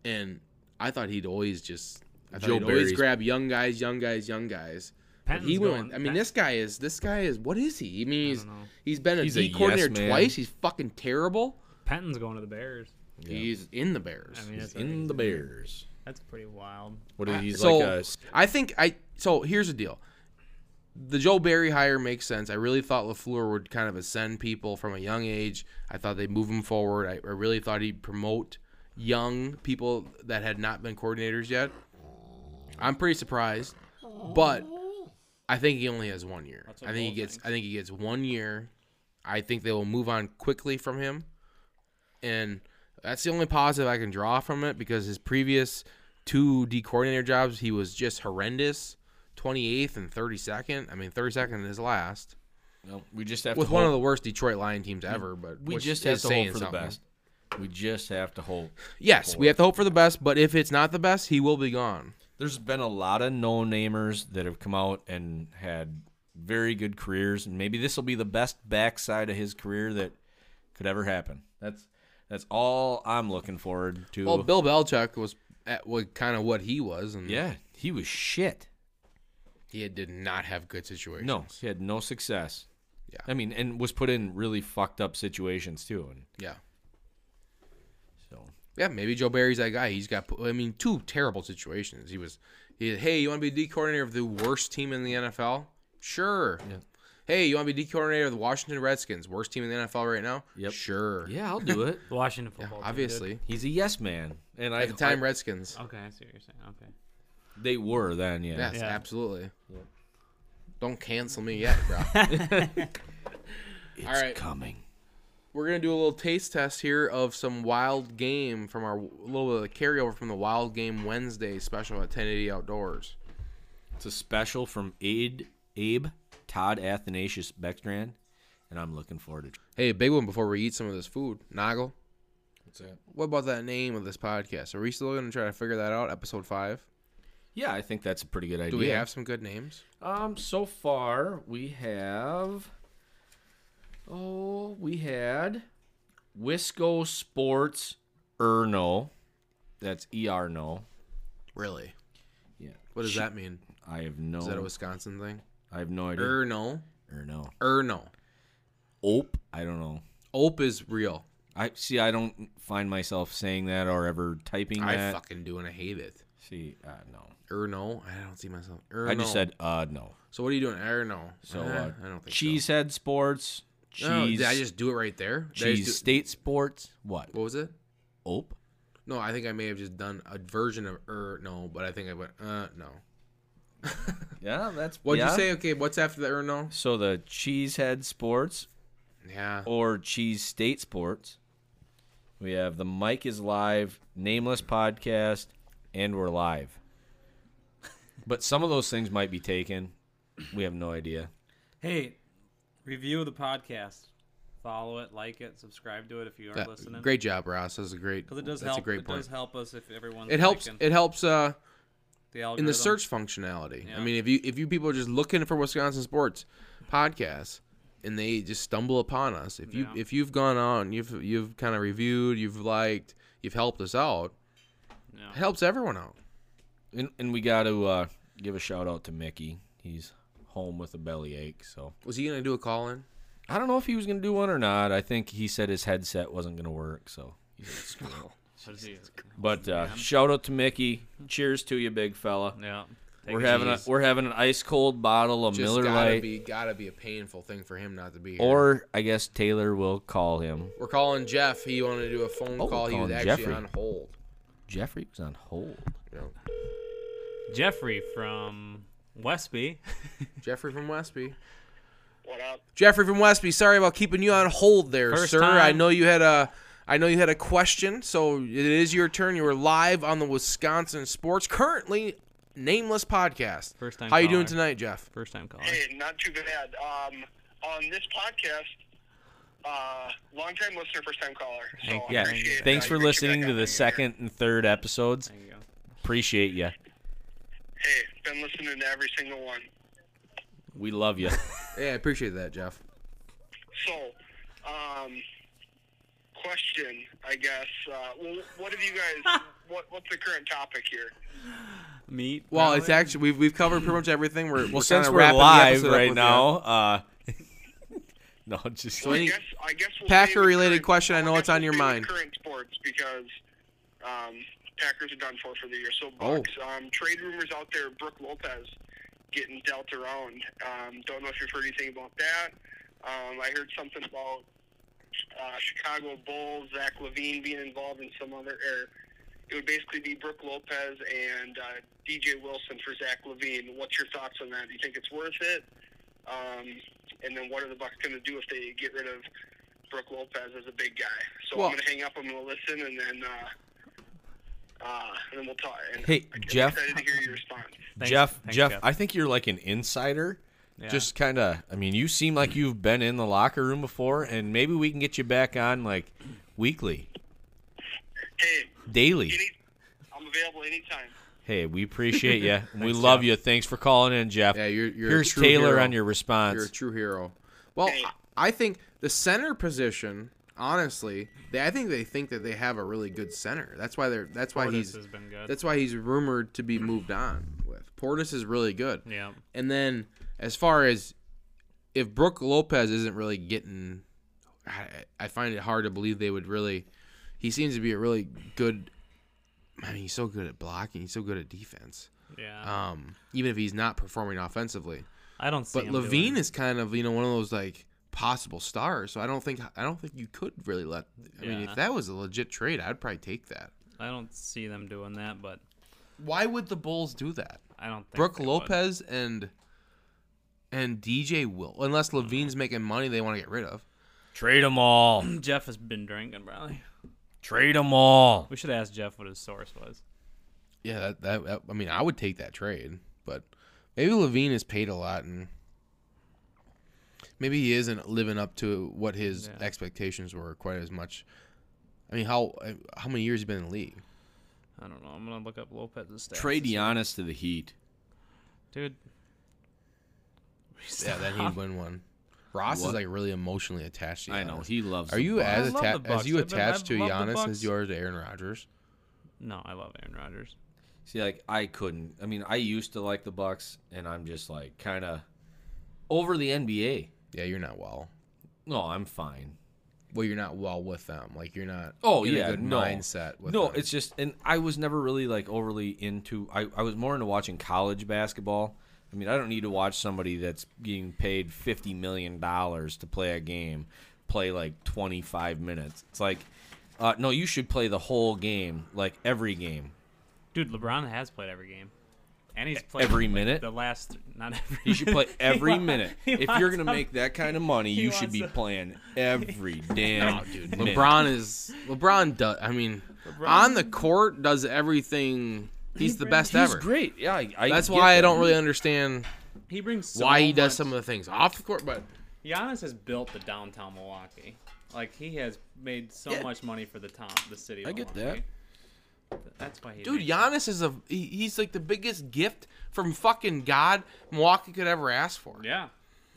A: and I thought he'd always just I thought
B: Joe
A: he'd always
B: Barry's-
A: grab young guys, young guys, young guys. But
C: Penton's
A: he went.
C: going-
A: I mean, this guy is this guy is what is he? I mean, he's
C: don't know.
A: he's been a
B: He's a
A: D
B: yes
A: coordinator
B: man.
A: twice. He's fucking terrible.
C: Penton's going to the Bears.
A: He's in the Bears.
C: I mean, that's
B: He's in the Bears.
C: That's pretty wild.
B: What is he's
A: so
B: like a s-
A: I think I so here's the deal. The Joe Barry hire makes sense. I really thought LaFleur would kind of ascend people from a young age. I thought they'd move him forward. I, I really thought he'd promote young people that had not been coordinators yet. I'm pretty surprised. But I think he only has one year. I think he gets I think he gets one year. I think they will move on quickly from him. And that's the only positive I can draw from it because his previous two D coordinator jobs, he was just horrendous. 28th and 32nd. I mean, 32nd is last.
B: well, we just have
A: With
B: to
A: one of
B: hope.
A: the worst Detroit Lion teams ever, but
B: we
A: which
B: just
A: is
B: have to hope
A: saying
B: for the
A: something.
B: best. We just have to hope.
A: Yes, we have to hope for the best, but if it's not the best, he will be gone.
B: There's been a lot of no namers that have come out and had very good careers, and maybe this will be the best backside of his career that could ever happen. That's that's all I'm looking forward to.
A: Well, Bill Belichick was at what kind of what he was, and
B: yeah, he was shit.
A: he did not have good situations.
B: No, he had no success.
A: Yeah.
B: I mean, and was put in really fucked up situations too. And
A: Yeah.
B: so,
A: Yeah, maybe Joe Barry's that guy. He's got, I mean, two terrible situations. He was, he, hey, you want to be D coordinator of the worst team in the NFL? Sure. Hey, you want to be D coordinator of the Washington Redskins, worst team in the NFL right now?
B: Yep.
A: Sure.
B: yeah, I'll do it.
C: The Washington football. team, dude.
A: Obviously.
B: He's a yes man, and I,
A: At the time,
B: I-
A: Redskins.
C: Okay, I see what you're saying. Okay.
B: they were then. Yeah,
A: Yes,
C: Yeah.
A: absolutely. Don't cancel me yet, bro.
B: it's
A: All right.
B: coming.
A: We're gonna do a little taste test here of some wild game from our a little bit of the carryover from the Wild Game Wednesday special at 1080 Outdoors.
B: It's a special from Aid, Abe Todd Athanasius Beckstrand, and I'm looking forward to.
A: Hey, big one before we eat some of this food, Noggle.
B: What's that?
A: What about that name of this podcast? Are we still gonna try to figure that out? Episode five.
B: Yeah, I think that's a pretty good idea.
A: Do we have some good names?
B: Um, so far we have. Oh, we had Wisco Sports Erno. That's E R no.
A: Really?
B: Yeah.
A: What does that mean?
B: I have no.
A: Is that a Wisconsin thing?
B: I have no idea.
A: Er no.
B: Erno.
A: Er no.
B: Ope. I don't know.
A: Ope is real.
B: I see. I don't find myself saying that or ever typing
A: I
B: that.
A: fucking do and I hate it.
B: See, uh, no.
A: Er no. I don't see myself. Er,
B: I just
A: no.
B: said uh no.
A: So what are you doing? Er no.
B: So
A: Eh,
B: uh,
A: I don't think so.
B: Cheesehead Sports. Cheese.
A: No, did I just do it right there? Did I just
B: cheese
A: do-
B: State Sports. What?
A: what was it?
B: Ope.
A: No, I think I may have just done a version of er no, but I think I went uh no.
B: Yeah, that's
A: What'd
B: yeah.
A: you say? Okay, what's after the er no?
B: So the Cheesehead Sports
A: Yeah.
B: or Cheese State Sports. We have the Mike is Live, Nameless Podcast, and we're live. But some of those things might be taken. We have no idea.
E: Hey, review the podcast. Follow it, like it, subscribe to it if you are
A: That-
E: listening.
A: great job, Ross. That's a great.
E: because it does
A: that's
E: help.
A: a great
E: it
A: point.
E: does help us if everyone's
A: it helps.
E: liking
A: It helps. Uh,
E: the algorithm.
A: in the search functionality. I
E: Yeah.
A: mean, if you if you people are just looking for Wisconsin sports podcasts and they just stumble upon us, if you
E: Yeah.
A: if you've gone on, you've you've kind of reviewed, you've liked, you've helped us out,
E: Yeah.
A: it helps everyone out.
B: And, and we got to uh, give a shout out to Mickey. He's home with a bellyache. So
A: Was he gonna do a call in?
B: I don't know if he was going to do one or not. I think he said his headset wasn't going to work. So he said, "Screw it."
A: Oh,
E: But it's-
B: But uh, shout out to Mickey. Cheers to you, big fella.
E: yeah. Take
B: We're
E: it
B: having a,
E: easy.
B: we're having an ice cold bottle of
A: Just
B: Miller
A: gotta
B: Lite.
A: be gotta be a painful thing for him not to be here.
B: Or I guess Taylor will call him.
A: we're calling Jeff. He wanted to do a phone
B: Oh,
A: call. He was
B: calling
A: actually
B: Jeffrey.
A: on hold.
B: Jeffrey was on hold.
A: You know,
C: Jeffrey from Westby.
A: Jeffrey from Westby.
F: What up?
A: Jeffrey from Westby, sorry about keeping you on hold there,
C: First
A: sir.
C: time.
A: I know you had a I know you had a question, so it is your turn. You were live on the Wisconsin Sports currently nameless podcast.
C: First time
A: How you doing
C: caller.
A: tonight, Jeff?
C: First time caller.
F: Hey, not too bad. Um, on this podcast, uh, long time listener, first time caller. So
C: Thank-
F: I
B: Yeah.
F: appreciate it.
B: Thanks
F: I
B: for
F: appreciate
B: listening
F: that
B: to the
F: happening.
B: second and third episodes.
E: There you go.
B: Appreciate you.
F: Hey, been listening to every single one.
B: We love you.
A: Yeah, I appreciate that, Jeff.
F: So, um, question, I guess. Uh, well, what have you guys? what What's the current topic here?
C: Meet.
A: Well,
C: probably?
A: it's actually we've we've covered pretty much everything. We're
B: well,
A: we're
B: since
A: kinda
B: we're
A: wrapping the
B: live
A: episode up
B: right
A: with
B: now, uh, no, just
A: So
F: I
A: any-
F: guess I guess we'll
A: Packer
F: stay with
A: related
F: current-
A: question, I know
F: guess
A: it's on
F: we'll
A: your
F: stay with
A: mind.
F: Current sports because um, Packers are done for for the year. So
A: Oh.
F: Bucks um, trade rumors out there. Brooke Lopez getting dealt around. Um, don't know if you've heard anything about that. Um, I heard something about uh, Chicago Bulls Zach Levine being involved in some other. Er, it would basically be Brooke Lopez and uh, DJ Wilson for Zach Levine. What's your thoughts on that? Do you think it's worth it? Um, and then what are the Bucks going to do if they get rid of Brooke Lopez as a big guy? So
A: Well-
F: I'm going to hang up. I'm going to listen, and then uh, uh, and then we'll talk. And
B: Hey,
F: I'm
B: Jeff.
F: excited to hear your response.
C: Thanks-
B: Jeff,
C: thanks,
B: Jeff, I think you're like an insider.
C: Yeah.
B: Just kind of, I mean, you seem like you've been in the locker room before, and maybe we can get you back on like weekly,
F: Hey,
B: daily.
F: any, I'm available anytime.
B: Hey, we appreciate you. we love you. Thanks for calling in, Jeff.
A: Yeah, you're- you're a
B: Here's
A: true
B: Taylor
A: hero.
B: on your response.
A: You're a true hero. Well,
F: Hey.
A: I I think the center position, honestly, they, I think they think that they have a really good center. That's why they're that's why
C: Portis
A: he's
C: has been good.
A: that's why he's rumored to be moved on with. Portis is really good.
C: yeah.
A: And then as far as if Brooke Lopez isn't really getting, I, I find it hard to believe they would really. He seems to be a really good. I mean, he's so good at blocking. He's so good at defense.
C: Yeah.
A: Um, even if he's not performing offensively,
C: I don't see.
A: but Levine is kind of you know one of those like possible stars. So I don't think I don't think you could really let. I mean,
C: Yeah.
A: if that was a legit trade, I'd probably take that.
C: I don't see them doing that, but
A: Why would the Bulls do that?
C: I don't think.
A: Brooke
C: they would.
A: Lopez and and DJ Will, unless Levine's making money, they want to get rid of.
B: Trade them all.
C: Jeff has been drinking, probably.
B: Trade them all.
C: We should ask Jeff what his source was.
A: Yeah, that, that, that- I mean, I would take that trade, but maybe Levine is paid a lot, and maybe he isn't living up to what his
C: Yeah.
A: expectations were quite as much. I mean, how how many years he been in the league?
C: I don't know. I'm gonna look up Lopez's stats.
B: Trade Giannis to the Heat.
C: dude.
A: Yeah, then he'd win one. Ross is
B: What?
A: like really emotionally attached to. Giannis.
B: I know he loves.
A: Are
B: the
A: you
B: Bucks.
A: as
C: I love
A: atta-
C: the
A: as
C: Bucks.
A: you
C: I've been-
A: attached to
C: I've loved the
A: Giannis as
C: Bucks.
A: you are to Aaron Rodgers?
C: No, I love Aaron Rodgers.
B: See, like I couldn't. I mean, I used to like the Bucks, and I'm just like kind of over the NBA.
A: Yeah, you're not well.
B: No, I'm fine.
A: Well, you're not well with them. Like you're not.
B: Oh,
A: in a
B: yeah,
A: good
B: no.
A: mindset. With
B: no,
A: them.
B: it's just, and I was never really like overly into. I, I was more into watching college basketball. I mean, I don't need to watch somebody that's being paid fifty million dollars to play a game play like twenty five minutes. It's like, uh, no, you should play the whole game, like every game,
C: Dude, LeBron has played every game, and
A: E-,
C: he's played
B: every
C: like,
B: minute.
C: The last, th- not every.
B: You should play
C: minute. He
B: every
C: wa-
B: minute.
C: he
B: If
C: wants
B: you're gonna
C: to-
B: make that kind of money, you should
C: wants
B: be
C: to-
B: playing every damn.
A: No, dude.
B: minute.
A: LeBron is LeBron. Does I mean on the court does everything. He's the best
B: He's
A: ever.
B: great. Yeah, I, I
A: That's
B: get
A: why I
B: that.
A: don't really understand
C: he brings so
A: why he
C: much-
A: does some of the things off the court. But
C: Giannis has built the downtown Milwaukee. Like he has made so much money for the town, the city. Of
B: I get
C: Milwaukee. That's why he.
A: dude,
C: makes-
A: Giannis is a he, he's like the biggest gift from fucking God Milwaukee could ever ask for.
C: Yeah,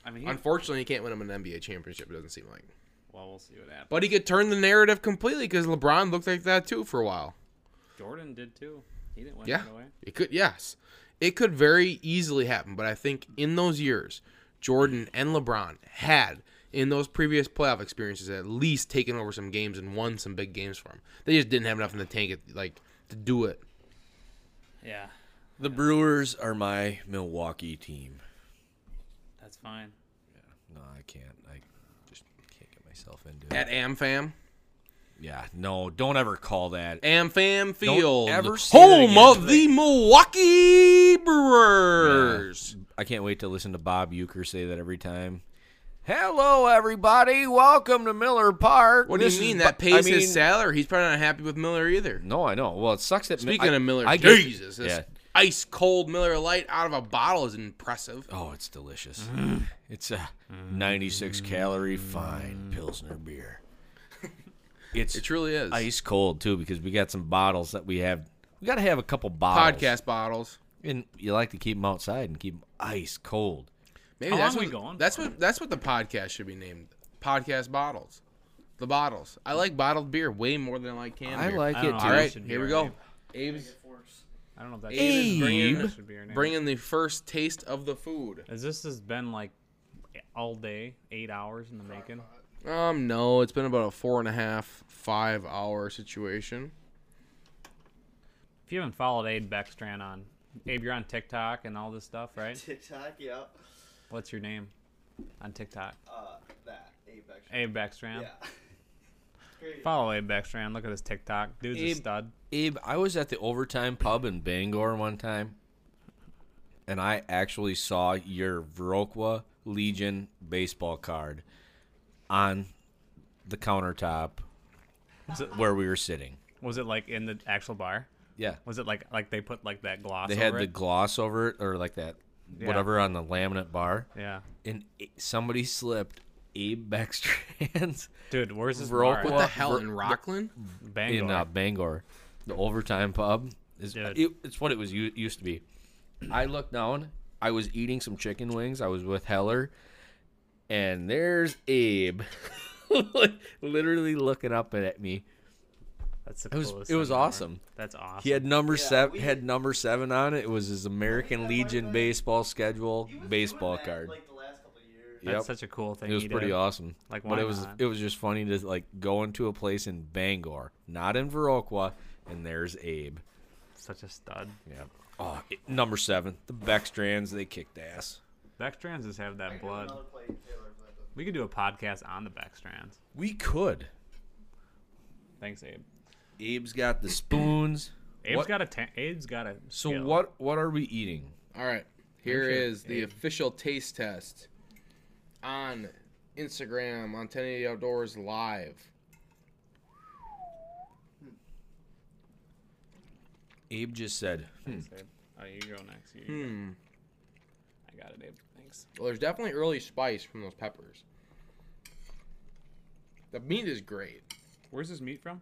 C: I mean, he,
A: Unfortunately, he can't win him an NBA championship. It doesn't seem like.
C: well, we'll see what happens.
A: But he could turn the narrative completely because LeBron looked like that too for a while.
C: Jordan did too. He didn't win
A: Yeah,
C: right away.
A: it could. Yes, it could very easily happen. But I think in those years, Jordan and LeBron had in those previous playoff experiences at least taken over some games and won some big games for him. They just didn't have enough in the tank, at, like to do it.
C: Yeah,
B: The Brewers are my Milwaukee team.
C: that's fine.
B: No, I can't. I just can't get myself into it.
A: At AmFam,
B: Yeah, no, don't ever call that.
A: AmFam Field,
B: ever say that
A: home
B: again.
A: of the Milwaukee Brewers.
B: I can't wait to listen to Bob Euchre say that every time. Hello, everybody. Welcome to Miller Park.
A: What do
B: This
A: you
B: is
A: mean
B: Bo-
A: that
B: I
A: pays
B: mean-
A: his salary? He's probably not happy with Miller either.
B: No, I know. Well, it sucks that. Mi-
A: Speaking
B: I-
A: of Miller,
B: I get-
A: Jesus, this
B: Yeah.
A: ice cold Miller Light out of a bottle is impressive.
B: Oh, it's delicious.
A: Mm-hmm.
B: It's a 96 calorie fine Pilsner beer. It's
A: Mm-hmm. It truly is.
B: ice cold too because we got some bottles that we have. We got to have a couple bottles.
A: Podcast bottles.
B: And you like to keep them outside and keep them ice cold.
A: Maybe
C: How
A: that's
C: long
A: what,
C: we going
A: That's what that's what the podcast should be named. Podcast bottles. The bottles. I like bottled beer way more than I like canned beer.
C: I don't know,
A: All
C: I
A: right,
C: should be
A: here we
C: our
A: go.
C: name.
A: Abe's
C: I don't know if that's
A: Abe is bringing-
C: That should be your name.
A: bringing the first taste of the food.
C: Is this has been like all day, eight hours in the making?
A: Um, no, it's been about a four and a half, five hour situation.
C: If you haven't followed Abe Beckstrand on Abe, you're on TikTok and all this stuff, right?
G: TikTok, yeah.
C: What's your name on TikTok?
G: Uh, that Apex.
C: Abe Beckstrand.
G: Yeah. Great.
C: Follow Abe Beckstrand. Look at his TikTok. Dude's
B: Abe-
C: a stud.
B: Abe, I was at the overtime pub in Bangor one time, and I actually saw your Viroqua Legion baseball card on the countertop where we were sitting.
C: Was it like in the actual bar?
B: Yeah.
C: Was it like like they put like that gloss?
B: They had
C: over
B: the
C: it?
B: gloss over it or like that
C: Yeah.
B: whatever on the laminate bar,
C: yeah,
B: and it- somebody slipped Abe Beckstrand's
C: dude. Where's this
B: Bro,
C: bar?
A: What
B: Well,
A: the hell
B: ver-
A: in Rockland?
C: Bangor.
B: in uh, Bangor, the overtime pub. Is,
C: Dude.
B: it, it's what it was u- used to be. I looked down. I was eating some chicken wings. I was with Heller, and there's Abe, literally looking up at me.
C: That's the
B: It was
C: coolest
B: it was
C: thing ever.
B: awesome.
C: That's awesome.
B: He had number
G: Yeah,
B: seven
G: we-
B: had number seven on it. It was his American Legion baseball schedule
G: He was doing
B: baseball
G: that,
B: card.
G: Like the last couple of years.
B: Yeah.
C: That's
B: yep.
C: such a cool thing.
B: It was
C: he
B: pretty
C: did.
B: awesome.
C: Like,
B: but
C: why
B: it was
C: not?
B: it was just funny to like go into a place in Bangor, not in Viroqua, and there's Abe.
C: Such a stud.
B: Yeah. Oh, it- number seven, the Beckstrands, they kicked ass.
C: Beckstrands just have that blood.
G: Another play, Taylor, but the-
C: We could do a podcast on the Beckstrands.
B: We could.
C: Thanks, Abe.
B: Abe's got the spoons.
C: Abe's
B: What-
C: got a ta- Abe's got a.
B: So
C: skill.
B: what what are we eating?
A: All right. Here is the official taste test on Instagram on 1080 Outdoors Live.
B: Abe just said, hmm,
C: Thanks, Abe. Oh, you go next. You, you go.
A: Hmm.
C: I got it, Abe. Thanks.
A: Well, there's definitely early spice from those peppers. The meat is great.
C: Where's this meat from?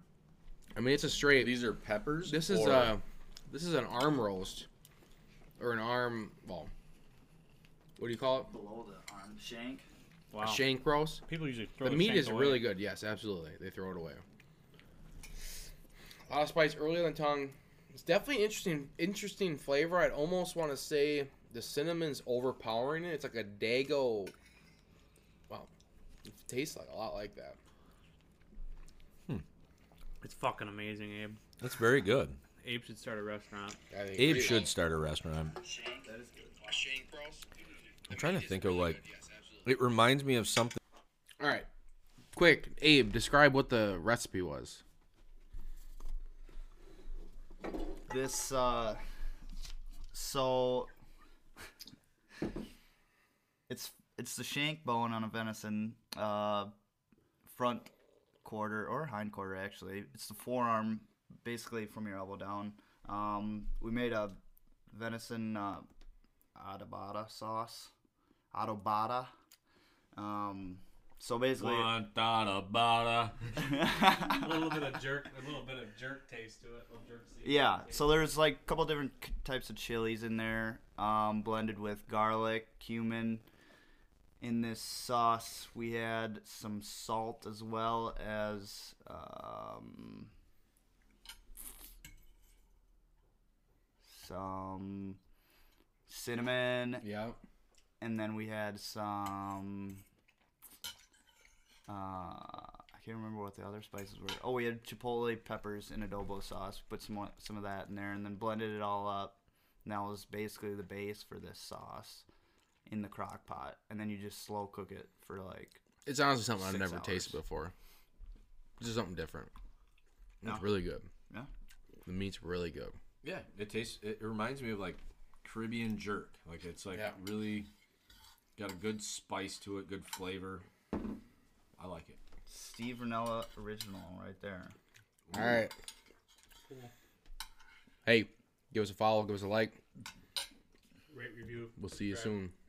A: I mean, it's a straight.
B: these are peppers.
A: This is
B: or-
A: a this is an arm roast or an arm well. What do you call it?
G: Below the arm shank.
C: Wow.
A: A shank roast.
C: People usually throw
A: The meat
C: shank
A: is
C: away.
A: really good. Yes, absolutely. They throw it away. A lot of spice earlier than tongue. It's definitely an interesting, interesting flavor. I'd almost want to say the cinnamon's overpowering it. It's like a Dago. Wow, it tastes like a lot like that.
C: It's fucking amazing, Abe.
B: That's very good.
C: Abe should start a restaurant.
A: I think
B: Abe
A: it-
B: should start a restaurant.
G: Shank. That is good.
F: Shane Gross.
B: I'm trying to think of like. It reminds me of something.
A: All right, quick, Abe, describe what the recipe was.
G: This uh, so it's it's the shank bone on a venison, uh, front quarter or hind quarter actually. It's the forearm, basically from your elbow down. Um, we made a venison uh, adobada sauce, adobada. Um, so basically,
E: A little bit of jerk, a little bit of jerk taste to it. A little jerk seasoning.
G: Yeah, so there's like a couple different c- types of chilies in there, um, blended with garlic, cumin. In this sauce, we had some salt as well as um, some cinnamon,
A: Yeah,
G: and then we had some. Uh, I can't remember what the other spices were. Oh, we had chipotle peppers and adobo sauce. Put some more- some of that in there, and then blended it all up. And that was basically the base for this sauce in the crock pot. And then you just slow cook it for like
A: it's honestly something I've
G: Six
A: never
G: hours.
A: tasted before. This is something different.
G: No.
A: It's really good.
G: yeah.
A: The meat's really good.
B: Yeah, it tastes. It reminds me of like Caribbean jerk. Like it's like
A: Yeah.
B: really got a good spice to it, good flavor. I like it.
G: Steve Renella original right there.
A: All right. Hey, give us a follow, give us a like.
E: Rate review.
A: We'll see you soon.